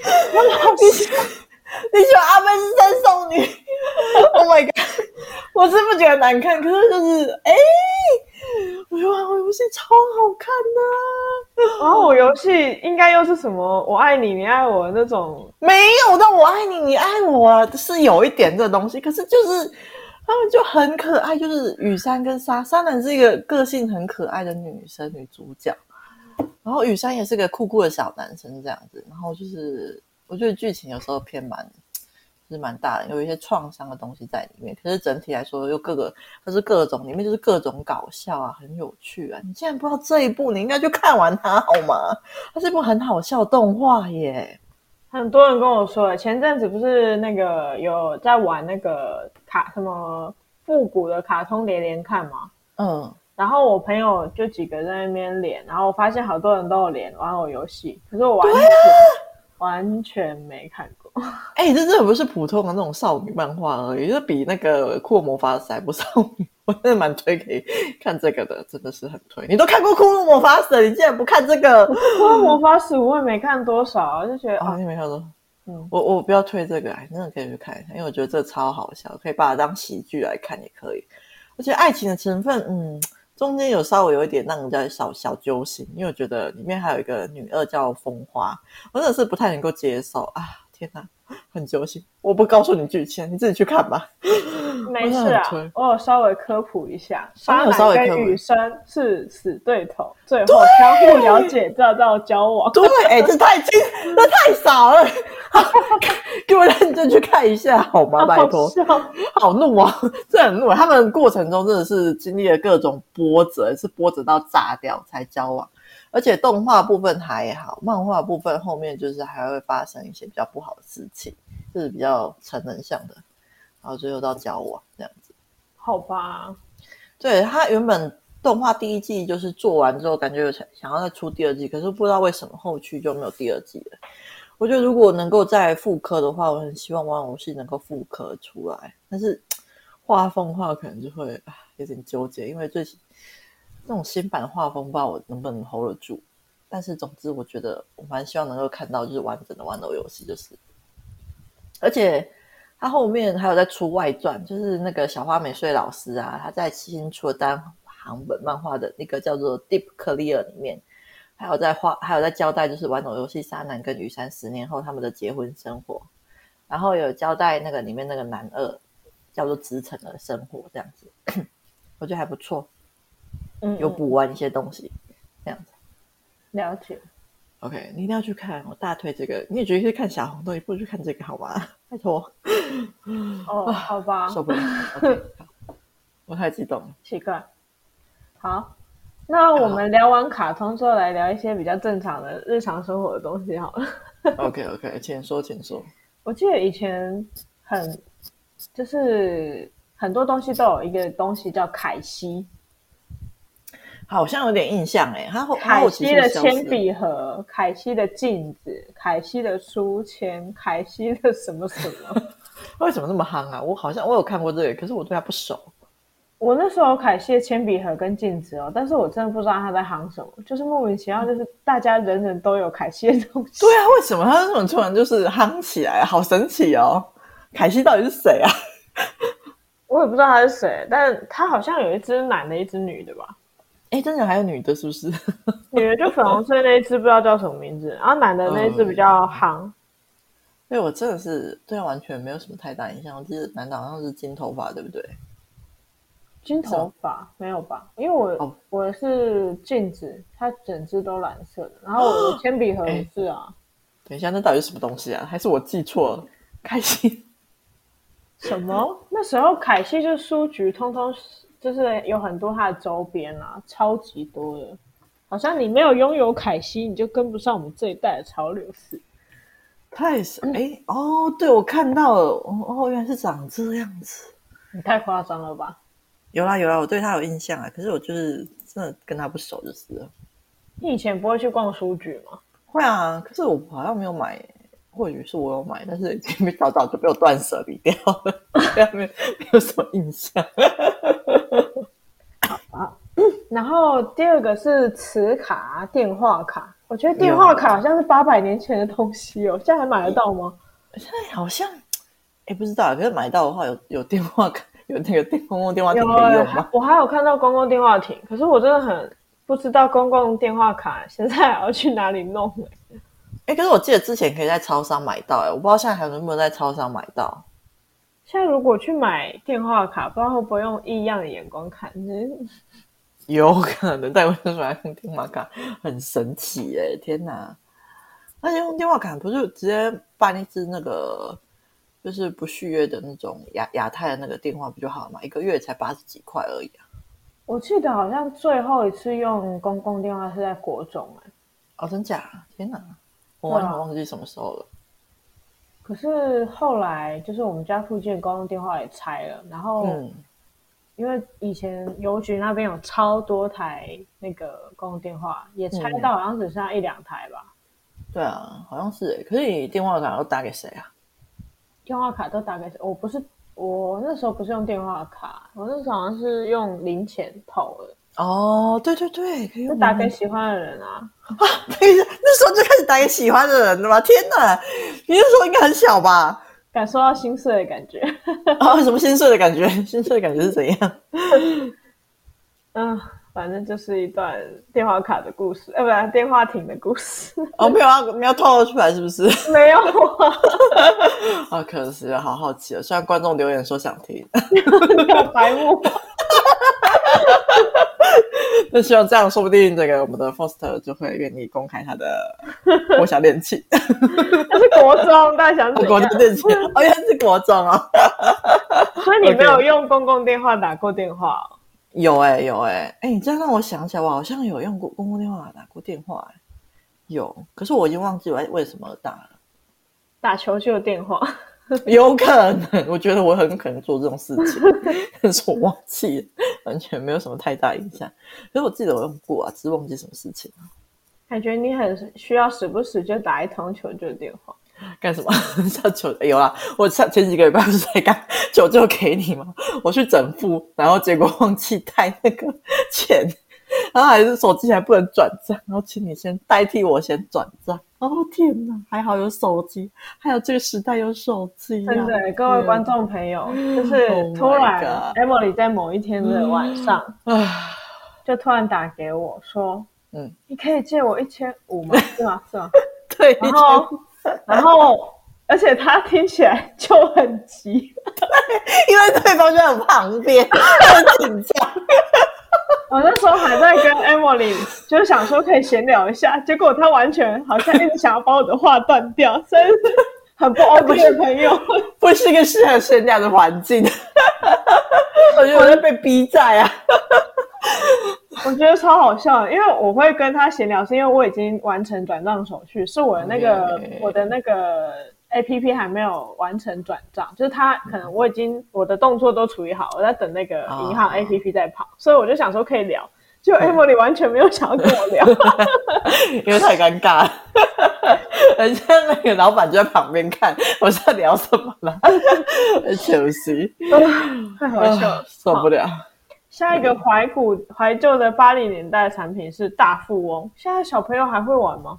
B: 你喜欢你喜欢阿妹是三少女？Oh my god！我是不觉得难看，可是就是哎、我觉得玩偶游戏超好看的、
A: 然后我游戏应该又是什么我爱你，你爱我那种，
B: 没有到我爱你，你爱我啊是有一点这东西，可是就是他们就很可爱，就是雨山跟沙沙男是一个个性很可爱的女生女主角，然后雨山也是个酷酷的小男生这样子，然后就是我觉得剧情有时候偏蛮。就是蛮大的，有一些创伤的东西在里面。可是整体来说，又各个它是各种里面就是各种搞笑啊，很有趣啊。你竟然不知道这一部，你应该去看完它好吗？它是一部很好笑的动画耶。
A: 很多人跟我说，前阵子不是那个有在玩那个卡什么复古的卡通连连看吗？
B: 嗯，
A: 然后我朋友就几个在那边连，然后我发现好多人都有连玩偶游戏，可是我完全、
B: 啊
A: 完全没看过。
B: 哎、这真的不是普通的那种少女漫画而已，就是比那个《库洛魔法使》还不少女。 我真的蛮推给看这个的，真的是很推。你都看过《库洛魔法使》，你竟然不看这 个？
A: 《魔法使》我也没看多少啊，就觉得
B: 哦，
A: 啊，
B: 你没看到？
A: 嗯
B: 我我不要推这个，哎，真的可以去看一下，因为我觉得这个超好笑，可以把它当喜剧来看也可以。而且爱情的成分，嗯，中间有稍微有一点让人家小小揪心，因为我觉得里面还有一个女二叫风花，我真的是不太能够接受啊！天哪，很揪心。我不告诉你剧情，你自己去看吧。
A: 没事啊
B: 我也很推，
A: 我有稍微科普一下，
B: 哦
A: 沙
B: 你有稍微
A: 男
B: 科
A: 跟
B: 普
A: 雨生是死对头，最后相互了解，再到交往。
B: 啊 对，哎、这太精，这太少了， 给我认真去看一下好吗？啊拜托。
A: 好笑
B: 好怒啊！这很怒啊。他们过程中真的是经历了各种波折，是波折到炸掉才交往。而且动画部分还好，漫画部分后面就是还会发生一些比较不好的事情，就是比较成人向的，然后最后到交往这样子。
A: 好吧，
B: 对他原本动画第一季就是做完之后，感觉有想想要再出第二季，可是不知道为什么后续就没有第二季了。我觉得如果能够再复刻的话，我很希望玩偶游戏能够复刻出来，但是画风的话可能就会啊有点纠结，因为最那种新版画风，不知道我能不能 hold 得住。但是总之，我觉得我蛮希望能够看到就是完整的玩偶游戏，就是而且他后面还有在出外传，就是那个小花美穗老师啊，他在新出的单行本漫画的那个叫做《Deep Clear》里面，还有在画，还有在交代就是玩偶游戏沙男跟雨山十年后他们的结婚生活，然后有交代那个里面那个男二叫做直城的生活这样子，我觉得还不错，
A: 嗯，
B: 有
A: 嗯
B: 补完一些东西，这样子。
A: 了解。
B: OK，你一定要去看，我大推这个。你也觉得去看小红豆，你不如去看这个好吗？拜托。
A: 哦，好吧，
B: 啊受不了。OK，好 我太激动了。
A: 奇怪。好，那我
B: 啊
A: 们聊完卡通之后，来聊一些比较正常的日常生活的东西好了。
B: OK OK，请说，请说。
A: 我记得以前很，就是很多东西都有一个东西叫凯西，
B: 好像有点印象哎，他后他
A: 凯
B: 后期
A: 西
B: 是
A: 的
B: 消失
A: 铅笔盒、凯西的镜子、凯西的书签、凯西的什么什 么。
B: 为什么那么夯啊？我好像我有看过这个，可是我对他不熟。
A: 我那时候有凯西的铅笔盒跟镜子哦，但是我真的不知道他在行什么，就是莫名其妙，就是大家人人都有凯西的东西。
B: 对啊，为什么他为什么突然就是夯起来？啊好神奇哦！凯西到底是谁啊？
A: 我也不知道他是谁，但他好像有一只男的，一只女的吧。
B: 哎，真的还有女的，是不 是？
A: 女的就粉红色那一只，不知道叫什么名字，然后男的那一只比较夯。
B: 对，我真的是对他完全没有什么太大印象。我记得男的好像是金头发，对不对？
A: 金头发没有吧？因为我、
B: 哦
A: 我是镜子，它整只都蓝色的，然后我的铅笔盒也是啊，
B: 等一下，那到底是什么东西啊？还是我记错了？开心，
A: 什么？那时候凯西就书局，通通是就是有很多它的周边啊，超级多的。好像你没有拥有凯西，你就跟不上我们这一代的潮流似的。
B: 太神
A: 嗯
B: 哎、哦，对，我看到了，哦，原来是长这样子。
A: 你太夸张了吧？
B: 有啦有啦，我对他有印象啊，可是我就是真的跟他不熟，就是了
A: 你以前不会去逛书局吗？
B: 会啊，可是我好像没有买，或许是我有买，但是已经早早就被我断舍离掉了， 对啊他没有没有什么印象。
A: 然后第二个是磁卡、电话卡。我觉得电话卡好像是八百年前的东西哦，现在还买得到吗？
B: 现在好像，哎，不知道，可是买到的话有有电话卡，有那个电公共电话亭
A: 有
B: 可以用
A: 欸
B: 吗？
A: 我还有看到公共电话亭，可是我真的很不知道公共电话卡现在还要去哪里弄欸、
B: 哎，可是我记得之前可以在超商买到，哎，我不知道现在还能不能在超商买到。
A: 现在如果去买电话卡，不知道会不会用异样的眼光看？嗯
B: 有可能，但我就喜欢用电话卡，很神奇哎、天哪！而且用电话卡不是直接办一支那个，就是不续约的那种亚亚太的那个电话不就好嘛？一个月才八十几块而已啊！
A: 我记得好像最后一次用公共电话是在国中、欸，
B: 哦，真假？天哪！我
A: 对啊
B: 完全忘记什么时候了。
A: 可是后来就是我们家附近的公共电话也拆了，然后、
B: 嗯，
A: 因为以前邮局那边有超多台那个公共电话，也拆到好像只剩下一两台吧。
B: 对啊，好像是哎、可是你电话卡要打给谁啊？
A: 电话卡都打给谁我不是我那时候不是用电话卡，我那时候好像是用零钱投的，
B: 哦，对对对，可以
A: 就
B: 用
A: 打给喜欢的人啊。
B: 等一下， 那时候就开始打给喜欢的人了吗？天哪！你那时候应该很小吧？
A: 感受到心碎的感觉，
B: 啊、什么心碎的感觉？ 心碎的感觉是怎样？
A: 嗯，反正就是一段电话卡的故事，呃，不然电话亭的故事，
B: 哦，没有要没有透露出来是不是？
A: 没有啊，
B: 好可惜了，好好奇了。哦虽然观众留言说想听，
A: 白目。啊
B: 那希望这样，说不定这个我们的 Foster 就会愿意公开他的国小恋情，
A: 那 是国中，大家想怎
B: 国
A: 样
B: 小？恋情，哦，原来是国中哦。
A: 所以你没有用公共电话打过电话哦、
B: 有哎、有哎、欸，哎、你这样让我想起来，我好像有用过公共电话打过电话、欸，有，可是我已经忘记我为什么而打了，
A: 打求救电话。
B: 有可能，我觉得我很可能做这种事情，但是我忘记了，完全没有什么太大影响。可是我记得我用过啊，只是忘记什么事情了
A: 感觉你很需要时不时就打一通求救电话。
B: 干什么？ 叫求、欸有啦，我上前几个礼拜不是才刚求救给你吗？我去整付，然后结果忘记带那个钱，然后还是手机还不能转账，然后请你先代替我先转账。哦天哪，还好有手机，还有这个时代有手机、啊，
A: 真的，各位观众朋友， 就是突然
B: Oh my
A: Emily 在某一天的晚上，
B: 众啊，
A: 就突然打给我说：“
B: 嗯，
A: 你可以借我一千五吗？是吗？是吗
B: 对，？”
A: 然后，然后，而且他听起来就很急。
B: 因为对方就在我旁边，很紧张。
A: 我那时候还在跟 Emily 就是想说可以闲聊一下，结果他完全好像一直想要把我的话断掉，真的是 很不 OK 的朋友。
B: 不是一个适合生长的环境。 我觉得我在被逼债啊！
A: 我觉得超好笑的，因为我会跟他闲聊，是因为我已经完成转账手续，是我的那个
B: Okay.
A: 我的那个 A P P 还没有完成转账，就是他可能我已经我的动作都处理好，我在等那个银行
B: 哦
A: A P P 在跑，所以我就想说可以聊， 就 Emily 完全没有想要跟我 聊，
B: 因为太尴尬了，人家那个老板就在旁边看我在聊什么了，可惜，
A: 太好笑
B: 啊
A: 了。
B: 受不了。
A: 下一个怀古怀旧的八零年代的产品是大富翁，现在小朋友还会玩吗？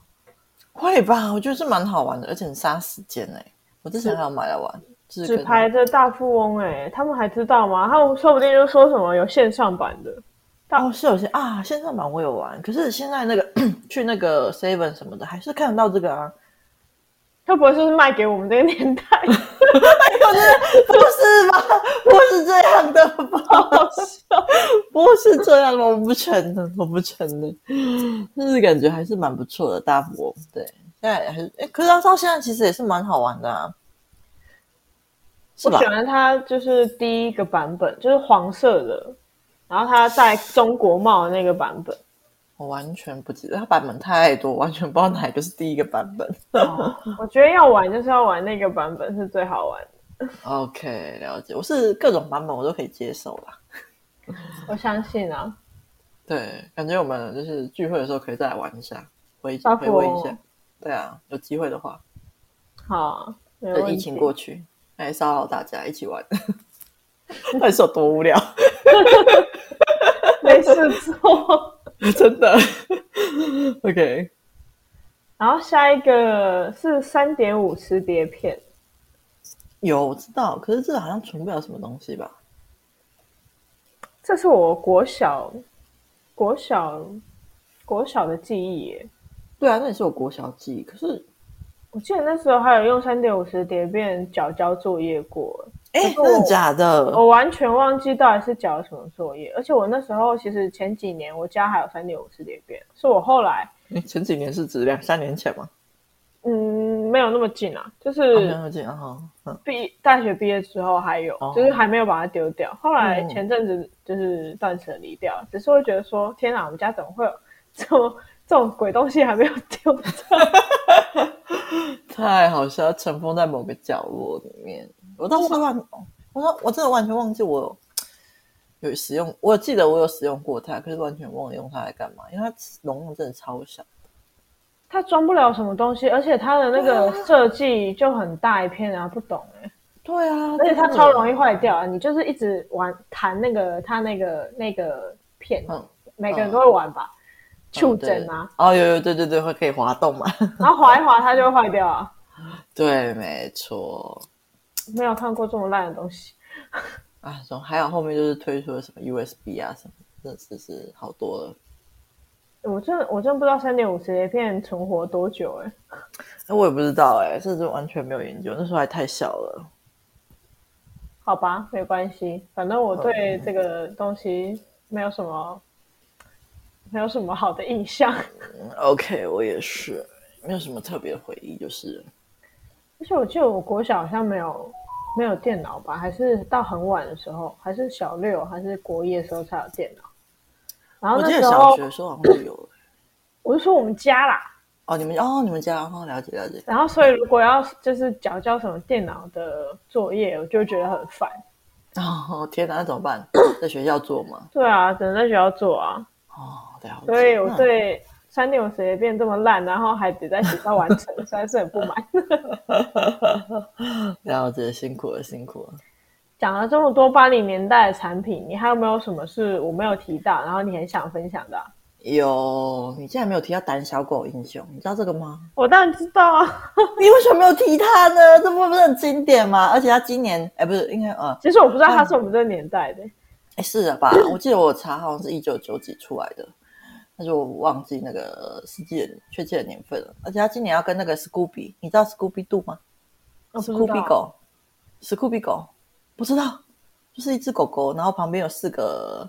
B: 会吧？我觉得是蛮好玩的，而且很杀时间哎、我之前还有买来玩，就是
A: 只
B: 跟
A: 排着大富翁、哎，他们还知道吗？他们说不定就说什么有线上版的。
B: 哦，是有些啊，线上版我 有玩，可是现在那个去那个 Seven 什么的，还是看得到这个啊。
A: 会不会就是卖给我们这个 年代？
B: 不是吧？不是这样的吧？
A: 好笑
B: 不是这样的，我不承认，我不承认。但是感觉还是蛮不错的，大富翁。对，现在还是，哎、可是到到现在其实也是蛮好玩的啊，是
A: 我
B: 吧
A: 喜？欢它就是第一个版本，就是黄色的，然后它在中国帽的那个版本。
B: 我完全不记得，它版本太多， 完全不知道哪一个是第一个版本。哦
A: 我觉得要玩就是要玩那个版本是最好玩的。
B: OK，了解。我是各种版本我都可以接受啦。
A: 我相信啊，
B: 对，感觉我们就是聚会的时候可以再来玩一下，回
A: 大
B: 回味
A: 富
B: 一
A: 翁
B: 下。对啊，有机会的话，
A: 好啊，没问
B: 等
A: 题。
B: 疫情过去，来骚扰大家一起玩， 到底是有多无聊？
A: 没事做。
B: 真的。OK，
A: 然后下一个是三点五磁碟片，
B: 有我知道，可是这个好像存不了什么东西吧？
A: 这是我国小、国小、国小的记忆耶。
B: 对啊，那也是我国小记忆，可是
A: 我记得那时候还有用三点五十碟片缴交作业过，
B: 哎，
A: 可是我
B: 真的哦假的？
A: 我完全忘记到底是缴了什么作业。而且我那时候其实前几年我家还有三点五十碟片，是我后来
B: 你前几年是指两三年前吗？
A: 嗯没有那么近啊，就
B: 好
A: 是
B: 像有点哈，嗯，
A: 毕大学毕业之后还有，
B: 哦
A: 就是还没有把它丢掉。后来
B: 嗯
A: 前阵子就是断舍离掉，只是会觉得说天哪，我们家怎么会有这么这种鬼东西还没有丢掉？
B: 太好笑，尘封在某个角落里面。我倒是忘，我说我真的完全忘记我有有使用，我记得我有使用过它，可是完全忘了用它来干嘛，因为它容量真的超小。
A: 它装不了什么东西，而且它的那个设计就很大一片啊，不懂哎、
B: 对啊，
A: 而且它
B: 真的哦
A: 超容易坏掉啊！你就是一直玩弹那个它那个那个片，
B: 嗯，
A: 每个人都会玩吧，触诊啊，
B: 对。哦，有有，对对对，会可以滑动嘛？
A: 然后滑一滑它就会坏掉啊！
B: 对，没错。
A: 没有看过这么烂的东西，
B: 啊，总还有后面就是推出了什么 USB 啊什么，真的是是好多哎了。
A: 我真的我真的不知道三点五十碟片存活多久哎、
B: 那我也不知道哎、这是完全没有研究，那时候还太小了。
A: 好吧，没关系，反正我对这个东西没有什么没有什么好的印象。
B: 嗯 OK，我也是，没有什么特别的回忆，就是了
A: 而且我记得我国小好像没有没有电脑吧，还是到很晚的时候，还是小六还是国一的时候才有电脑。然后
B: 我
A: 那
B: 记得
A: 时
B: 小
A: 候
B: 学的时候好像就有了。
A: 我就说我们家啦，
B: 哦，你们哦，你们家哦，了解了解。
A: 然后所以如果要就是缴交什么电脑的作业，我就会觉得很烦。
B: 哦，天哪，那怎么办？在学校做吗？
A: 对啊，只能在学校做啊。
B: 哦，了解。
A: 所以我
B: 那
A: 对三点五十也变这么烂，然后还得在学校完成， 实在是很不满。
B: 了解，辛苦了，辛苦了。
A: 讲了这么多八零年代的产品，你还有没有什么是我没有提到，然后你很想分享的啊、
B: 有，你竟然没有提到胆小狗英雄，你知道这个吗？
A: 我当然知道啊。
B: 你为什么没有提他呢？这部不是很经典吗？而且他今年，哎、不是，应该呃，
A: 其实我不知道他是我们这个年代的，欸
B: 哎、是的吧？
A: 嗯
B: 我记得我查好像是一九九几出来的，但是我忘记那个实际的确切的年份了。而且他今年要跟那个 Scooby，你知道 Scooby Doo 吗
A: 我不知
B: ？Scooby
A: 道。
B: 狗，Scooby 狗，不知道，就是一只狗狗，然后旁边有四个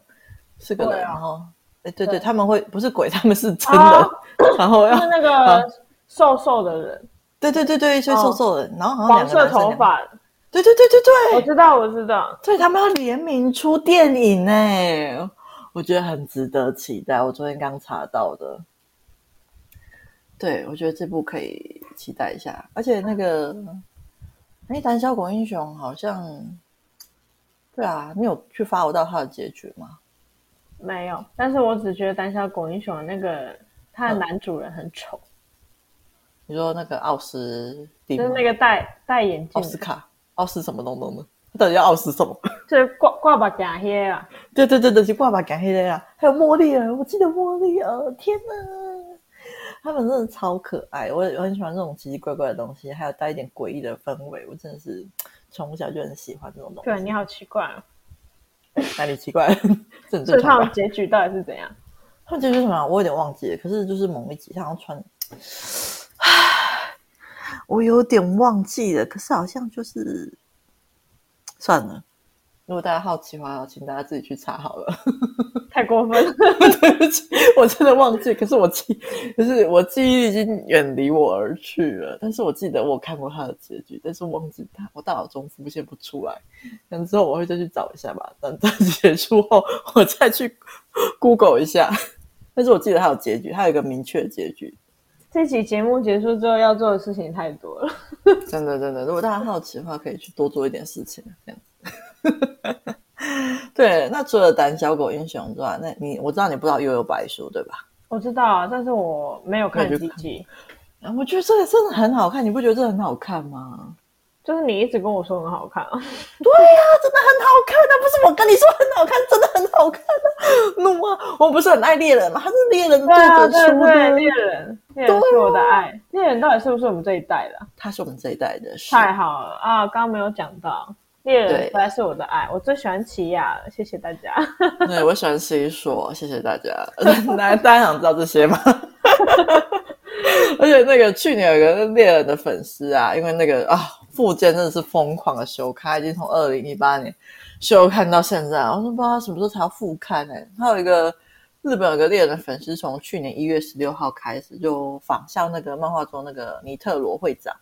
B: 四个人，
A: 对啊
B: 然后，哎、
A: 对
B: 对对，他们会不是鬼，他们是真人，
A: 啊
B: 然后要
A: 就是那
B: 啊
A: 个瘦瘦的人，
B: 对对对对，所以瘦瘦的，然后
A: 哦
B: 好像
A: 黄
B: 哦两个
A: 色
B: 男生
A: 头，
B: 两个
A: 发，哦
B: 对对对对对，
A: 我知道，我知道。
B: 对他们要联名出电影哎、我觉得很值得期待。我昨天刚查到的，对我觉得这部可以期待一下。而且那个，哎，胆小狗英雄好像，对啊，你有去发 o 到他的结局吗？
A: 没有，但是我只觉得胆小狗英雄那个他
B: 嗯
A: 的男主人很丑，
B: 你说那个奥斯丁
A: 就
B: 吗，
A: 是那个戴戴眼镜
B: 嗯奥斯，卡，奥斯什么东东的？他到底要奥斯什么？
A: 就是挂挂把假黑啊。
B: 对对对对，是挂把感黑的呀，啊还有茉莉儿，我记得茉莉儿，天哪，他们真的超可爱，我我很喜欢这种奇奇怪怪的东西，还有带一点诡异的氛围，我真的是从小就很喜欢这种东
A: 对，你好奇怪哦，
B: 西，哪里奇怪？ 这很
A: 所
B: 正
A: 以他
B: 常
A: 们
B: 吧？
A: 结局到底是怎样？
B: 他们就是什么啊？我有点忘记了，可是就是某一集他好像穿，唉 我有点忘记了，可是好像就是算了。如果大家好奇的话，请大家自己去查好了。
A: 太过分了。
B: 对不起，我真的忘记。可是我记，就是我记忆已经远离我而去了。但是我记得我看过它的结局，但是忘记它，我大脑中浮现不出来。可能之后我会再去找一下吧。等它结束后， 我再去 Google 一下。但是我记得它有结局，它有一个明确的结局。
A: 这期节目结束之后要做的事情太多了，
B: 真的真的，如果大家好奇的话，可以去多做一点事情，这样子。 对，那除了胆小狗英雄之外，那你我知道你不知道悠悠白书对吧？
A: 我知道啊，但是我没有看
B: 那
A: 几
B: 就看
A: 集。
B: 啊，我觉得这个真的很好看，你不觉得这很好看吗？
A: 就是你一直跟我说很好看 啊，
B: 对呀、真的很好看啊！不是我跟你说很好看，真的很好看啊！怒啊！我不是很爱猎人吗？他是猎人作
A: 啊
B: 者出的，
A: 猎人，猎人是我
B: 啊
A: 的爱，猎人到底是不是我们这一代的啊？
B: 他是我们这一代的，是
A: 太好了啊！刚刚没有讲到，猎人
B: 对
A: 实在是我的爱，我最喜欢奇亚了，谢谢大 家。
B: 对，我喜欢 C 说，谢谢大家。 大家大家想知道这些吗？ 而且那个去年有一个猎人的粉丝啊，因为那个啊附件真的是疯狂的修刊，已经从二零一八年修刊到现在，我都不知道他什么时候才要复刊呢、欸他有一个日本有个猎人粉丝，从去年一月十六号开始就仿效那个漫画中那个尼特罗会长。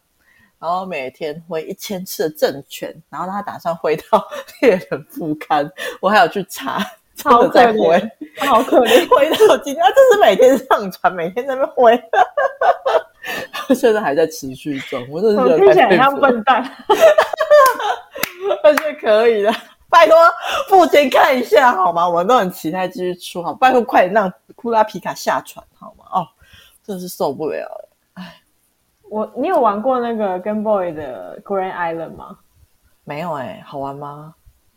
B: 然后每天挥一千次的正拳，然后他打算挥到 猎人复刊，我还有去查，真
A: 好
B: 的在
A: 可怜
B: 挥，
A: 他好可怜，
B: 回到今天，他啊真是每天上传，每天在那边回，他现在还在持续中，我真的
A: 我
B: 觉
A: 听
B: 得
A: 起来很
B: 太佩
A: 像
B: 服了，
A: 笨蛋。
B: 而且可以的。拜托，付钱看一下好吗？我们都很期待继续出好，拜托快点让库拉皮卡下船好吗？哦，真的是受不了了。
A: 我，你有玩过那个 Game Boy 的 Grand Island 吗？
B: 没有哎、好玩吗？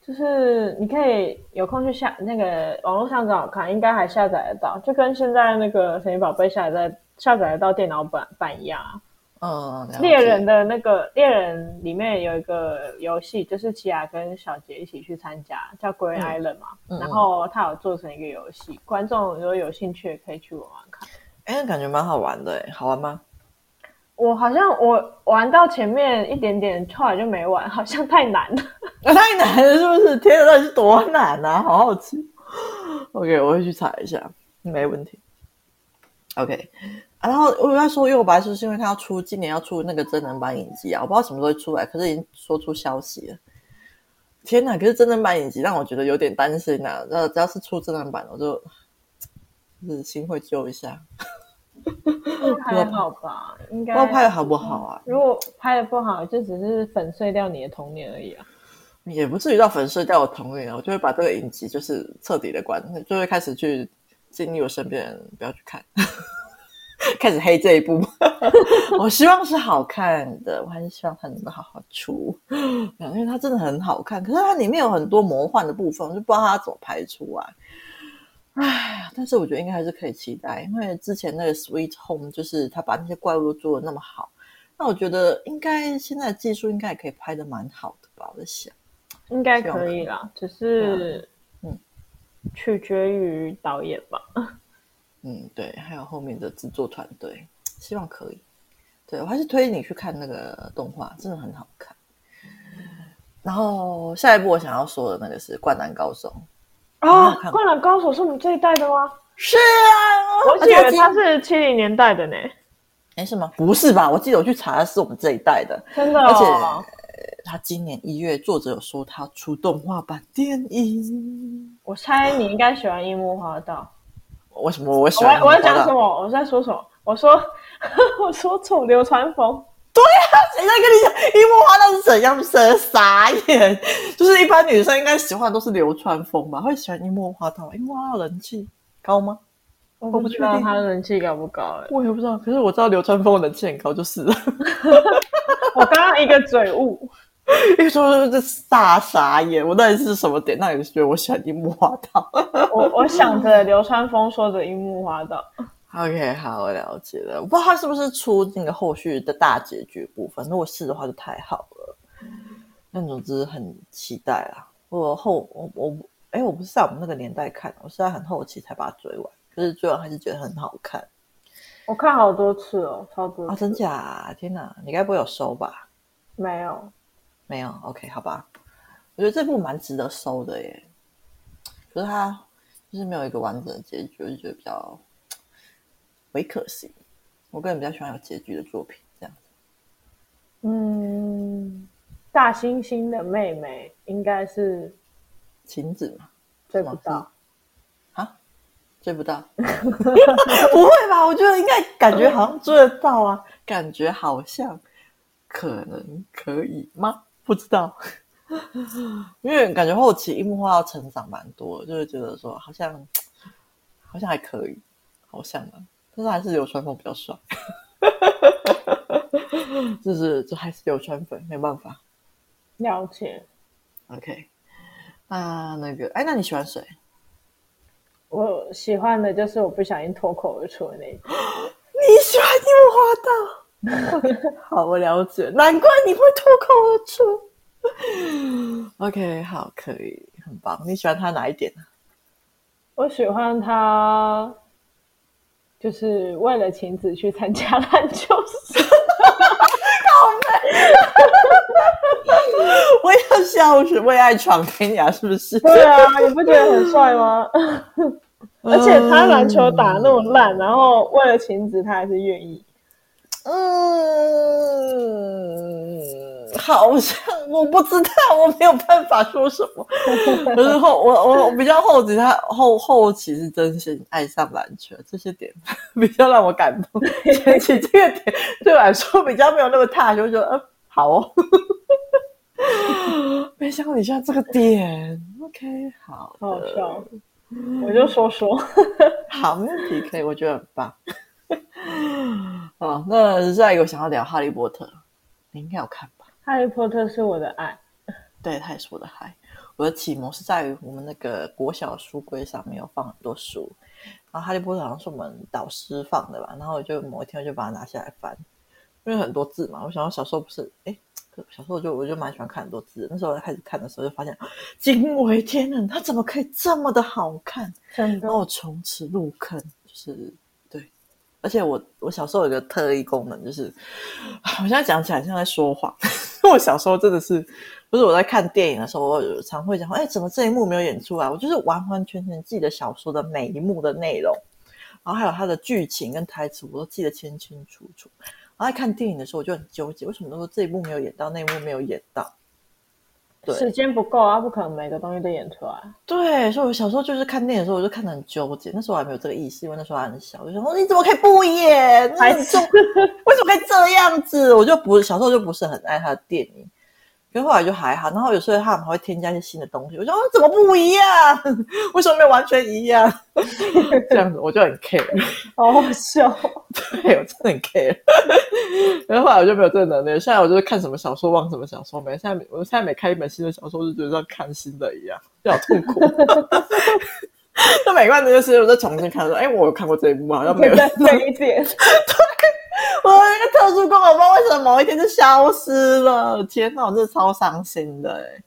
A: 就是你可以有空去下那个网络上找找看，应该还下载得到，就跟现在那个神奇宝贝下载下载得到电脑版版一样啊。
B: 嗯，了解
A: 猎人的那个猎人里面有一个游戏，就是奇亚跟小杰一起去参加，叫 Grey
B: 嗯
A: Island 嘛。
B: 嗯嗯
A: 然后他有做成一个游戏，观众如果有兴趣也可以去玩玩看。
B: 哎、感觉蛮好玩的哎、好玩吗？
A: 我好像我玩到前面一点点，后来就没玩，好像太难 了。
B: 啊太难了，是不是？天哪，到底是多难啊！好好奇。OK，我会去查一下，没问题。OK，、啊、然后我要说右白书是因为他要出今年要出那个真人版影集啊，我不知道什么时候会出来，可是已经说出消息了。天哪！可是真人版影集让我觉得有点担心呐、啊。那只要是出真人版，我就就是心会揪一下，
A: 还好吧，应
B: 不
A: 该
B: 知道拍的好不好啊，
A: 如果拍的不好，就只是粉碎掉你的童年而已啊。
B: 也不至于到粉碎掉我童年啊。我就会把这个影集就是彻底的关，就会开始去建议我身边人不要去看， 开始黑这一部。 我希望是好看的，我还是希望它能够好好出，因为它真的很好看。可是它里面有很多魔幻的部分，我就不知道它怎么拍出来。唉，但是我觉得应该还是可以期待，因为之前那个《Sweet Home》就是他把那些怪物都做的那么好，那我觉得应该现在的技术应该也可以拍的蛮好的吧，我在想。
A: 应该可以啦，只是
B: 对啊嗯
A: 取决于导演吧。
B: 嗯，对，还有后面的制作团队，希望可以。对我还是推你去看那个动画，真的很好看。然后下一部我想要说的那个是《灌篮高手》，
A: 啊，
B: 哦看过
A: 《灌篮高手》是我们这一代的吗？
B: 是啊，
A: 我
B: 而
A: 记
B: 且
A: 得
B: 今
A: 他是七零年代的呢，
B: 哎是吗？不是吧？我记得我去查的是我们这一代的，
A: 真的、
B: 而且呃
A: 哦。
B: 他今年一月作者有说他要出动画版电影。
A: 我猜你应该喜欢樱木花道。
B: 为什么我喜
A: 我
B: 欢？
A: 我要讲什？么？我在说什么？我说 我说错，流川枫。
B: 谁在跟你讲哎樱木花道是怎样生？傻眼！就是一般女生应该喜欢的都是流川枫吧，会喜欢樱木花道吗。樱木花道人气高吗？
A: 我
B: 不
A: 不
B: 确
A: 知道
B: 定
A: 他人气高不高哎、
B: 我也不知道，可是我知道流川枫人气很高就是 了。
A: 我刚刚一个嘴误，
B: 因为说这大傻眼，我到底是什么点让你觉得我喜欢樱木花道
A: 我我想着流川枫说着樱木花道。
B: ？OK，好，我了解了。我不知道他是不是出那个后续的大结局部分，如果是的话就太好了。但总之很期待啦。我后我我哎、我不是在我们那个年代看的，我是在很后期才把它追完，可是追完还是觉得很好看。
A: 我看好多次哦，超多
B: 啊，真假？天哪，你该不会有收吧？
A: 没有，
B: 没有，OK，好吧。我觉得这部蛮值得收的耶，可是它就是没有一个完整的结局，我就觉得比较为可惜。我个人比较喜欢有结局的作品，这样。
A: 嗯，大猩猩的妹妹应该是
B: 晴子嘛，
A: 追不到，
B: 啊，追不到？ 不会吧？我觉得应该感觉好像追得到啊，感觉好像可能可以吗？不知道， 因为感觉后期樱木花要成长蛮多的，就会觉得说好像好像还可以，好像啊，但是还是流川枫比较帅， 就是就还是流川粉，没办法。
A: 了解。
B: OK，那那个哎，那你喜欢谁？
A: 我喜欢的就是我不小心脱口而出的那一个，
B: 你喜欢樱木花道？ 好，我了解，难怪你会脱口而出。OK，好，可以，很棒。你喜欢他哪一点呢、
A: 我喜欢他，就是为了晴子去参加篮球 社。
B: 我也要笑是为爱闯天涯，是不是？
A: 对啊，你不觉得很帅吗？而且他篮球打得那么烂，然后为了晴子他还是愿意。
B: 嗯，好像我不知道，我没有办法说什么。可是后我我我比较后期，他后后期是真心爱上篮球这些点 比较让我感动。前期这个点对我来说比较没有那么踏实，我就觉得嗯好哦。没想到你现在这个点，OK，好的，
A: 好好笑，哦
B: 嗯
A: 我就说说，
B: 好，没问题，可以，我觉得很棒。 好，那下一个我想要聊《哈利波特》，你应该有看吧？
A: 《哈利波特》是我的爱。
B: 对，他也是我的嗨。我的启蒙是在于我们那个国小的书柜上面有放很多书，然后《哈利波特》好像是我们导师放的吧，然后我就某一天我就把它拿下来翻，因为很多字嘛。我想到小时候不是，哎，小时候就我就蛮喜欢看很多字的，那时候开始看的时候就发现啊惊为天人，它怎么可以这么的好看？
A: 真
B: 然后我哦从此入坑，就是对，而且我我小时候有一个特异功能，就是啊我现在讲起来像在说谎。 我小时候真的是，不是我在看电影的时候，我有常会讲，哎、怎么这一幕没有演出来？我就是完完全全记得小说的每一幕的内容，然后还有它的剧情跟台词，我都记得清清楚楚。然后在看电影的时候，我就很纠结，为什么都说这一幕没有演到，那一幕没有演到？对
A: 时间不够啊，不可能每个东西都演出来。
B: 对，所以我小时候就是看电影的时候，我就看得很纠结。那时候我还没有这个意识，因为那时候还很小，我就想说你怎么可以不演？那
A: 白
B: 你
A: 痴
B: 怎么为什么可以这样子？我就不小时候就不是很爱他的电影，可是后来就还好。然后有时候他们还会添加一些新的东西，我就说、啊怎么不一样？ 为什么没有完全一样？ 这样子我就很 care。
A: 好好笑，
B: 对，我真的很 care。然后后来我就没有这个能力，现在我就是看什么小说忘什么小说，没现在每我现在每看一本新的小说，我就觉得像看新的一样，就好痛苦。 那每看的就是我再重新看，说，哎、我有看过这一部吗，好像没
A: 可
B: 有
A: 以。再飞一点。
B: 我的那个特殊功能，我不知道为什么某一天就消失了。天哪，我真的超伤心的哎。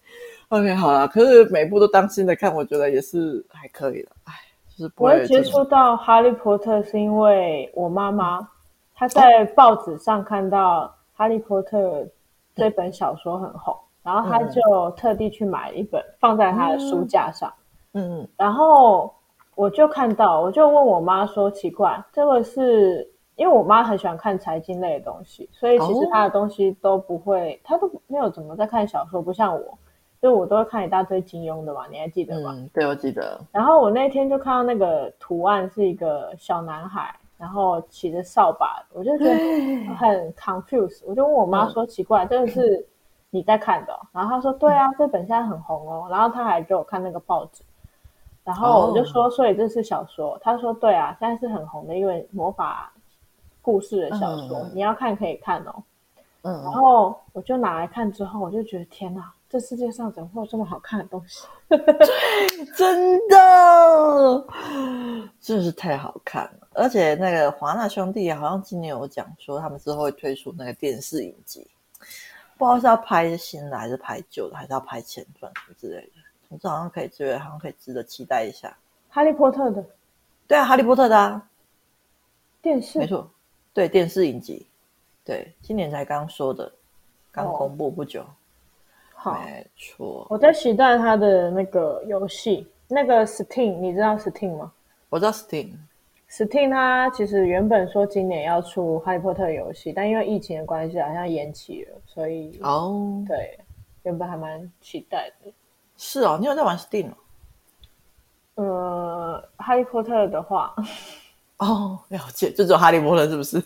B: OK，好了，可是每部都当新的看，我觉得也是还可以的。哎，就是不
A: 我
B: 会
A: 会接
B: 真的
A: 触到《哈利波特》是因为我妈
B: 嗯
A: 妈，她在报纸上看到《哈利波特》这本小说很红，
B: 嗯
A: 然后她就特地去买一本放在她的书架上，
B: 嗯嗯
A: 然后我就看到，我就问我妈说：“奇怪，这个是因为我妈很喜欢看财经类的东西，所以其实
B: 哦
A: 她的东西都不会，她都没有怎么在看小说，不像我，就我都会看一大堆金庸的嘛，你还记得吧？”
B: 嗯，对，我记得。
A: 然后我那天就看到那个图案是一个小男孩，然后骑着扫把，我就觉得很 confused，我就问我妈说：“奇怪，这个是你在看的哦、然后她说：“对啊，这本现在很红哦。”然后她还给我看那个报纸，然
B: 哦
A: 后我就说：“所以这是小说？”她说：“对啊，现在是很红的，因为魔法故事的小说，
B: 嗯
A: 你要看可以看哦。”
B: 嗯
A: 然，后我就拿来看之后，我就觉得天哪，这世界上怎么会有这么好看的东西？
B: 真的，真的是太好看了。而且那个华纳兄弟好像今年有讲说，他们之后会推出那个电视影集，不知道是要拍新的还是拍旧的，还是要拍前传什么之类的。总之好像可以，觉得好像可以值得期待一下。
A: 哈利波特的。
B: 对啊，哈利波特的啊，
A: 电视
B: 没错，对电视影集，对，今年才刚说的，刚
A: 哦
B: 公布不久，
A: 好，
B: 没错。
A: 我在期待他的那个游戏，那个 Steam，你知道 Steam 吗
B: 我知道 Steam，
A: ？Steam 它其实原本说今年要出《哈利波特》游戏，但因为疫情的关系，好像延期了，所以
B: 哦，
A: 对，原本还蛮期待的。
B: 是哦，你有在玩 Steam 哦
A: 呃，《哈利波特》的话，
B: 哦，了解，就只有哈利波特是不 是？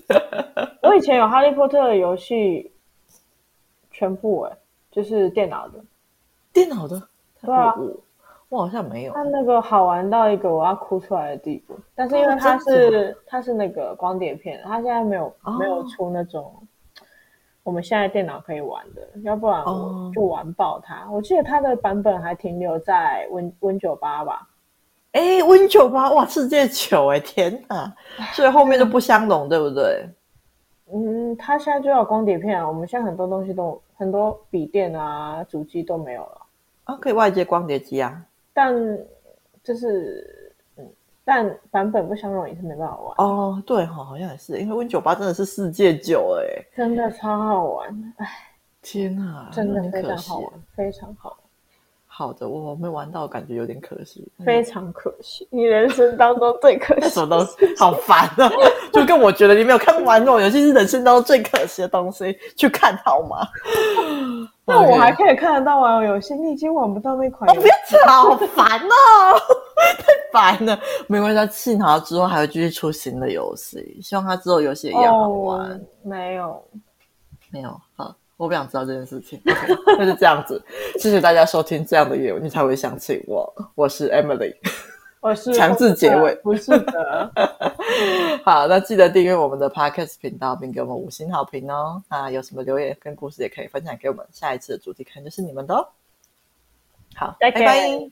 A: 我以前有《哈利波特》的游戏全部哎、就是电脑的，
B: 电脑的，
A: 对啊
B: 我我我好像没有，
A: 它那个好玩到一个我要哭出来的地步。但是因为
B: 哦
A: 它
B: 真的
A: 是、它是那个光碟片，它现在没有、
B: 哦
A: 没有出那种我们现在电脑可以玩的，要不然我
B: 哦
A: 就玩爆它。我记得它的版本还停留在 Win Win 九八吧，
B: 哎，Win 九八，哇，世界球哎，天哪！所以后面就不相容，对不对？
A: 嗯，它现在就有光碟片啊，我们现在很多东西都很多笔电啊、主机都没有了。
B: 啊，可以外接光碟机啊。
A: 但就是嗯，但版本不相容也是没办法玩，
B: 哦，对哈、好像也是，因为 Win 九八真的是世界九哎，
A: 真的超好玩，哎，
B: 天哪，
A: 真的
B: 啊很
A: 非
B: 可
A: 常
B: 惜
A: 好。玩，非常好玩，
B: 好的，我没玩到，感觉有点可惜。嗯
A: 非常可惜，你人生当中最 可惜
B: 什么东西好烦啊！ 就跟我觉得你没有看完这种游戏是人生当中最可惜的东西，去看好 吗？
A: 但我还
B: OK
A: 可以看得到啊玩偶游戏，你已经玩不到那款
B: 哦，
A: 游
B: 不
A: 戏
B: 要。吵，好烦哦， 太烦了。没关系，他幸好之后还会继续出新的游戏，希望他之后游戏也一样好玩。
A: 哦，没有，
B: 没有，好，我不想知道这件事情。OK，那就这样子， 谢谢大家收听这样的夜晚，你才会想起我。我是 Emily。
A: 我是
B: 强制结尾
A: 不是的，
B: 好，那记得订阅我们的 Podcast 频道，并给我们五星好评哦。那有什么留言跟故事也可以分享给我们，下一次的主题可能就是你们的哦。好，
A: 再
B: 拜
A: 见
B: 拜。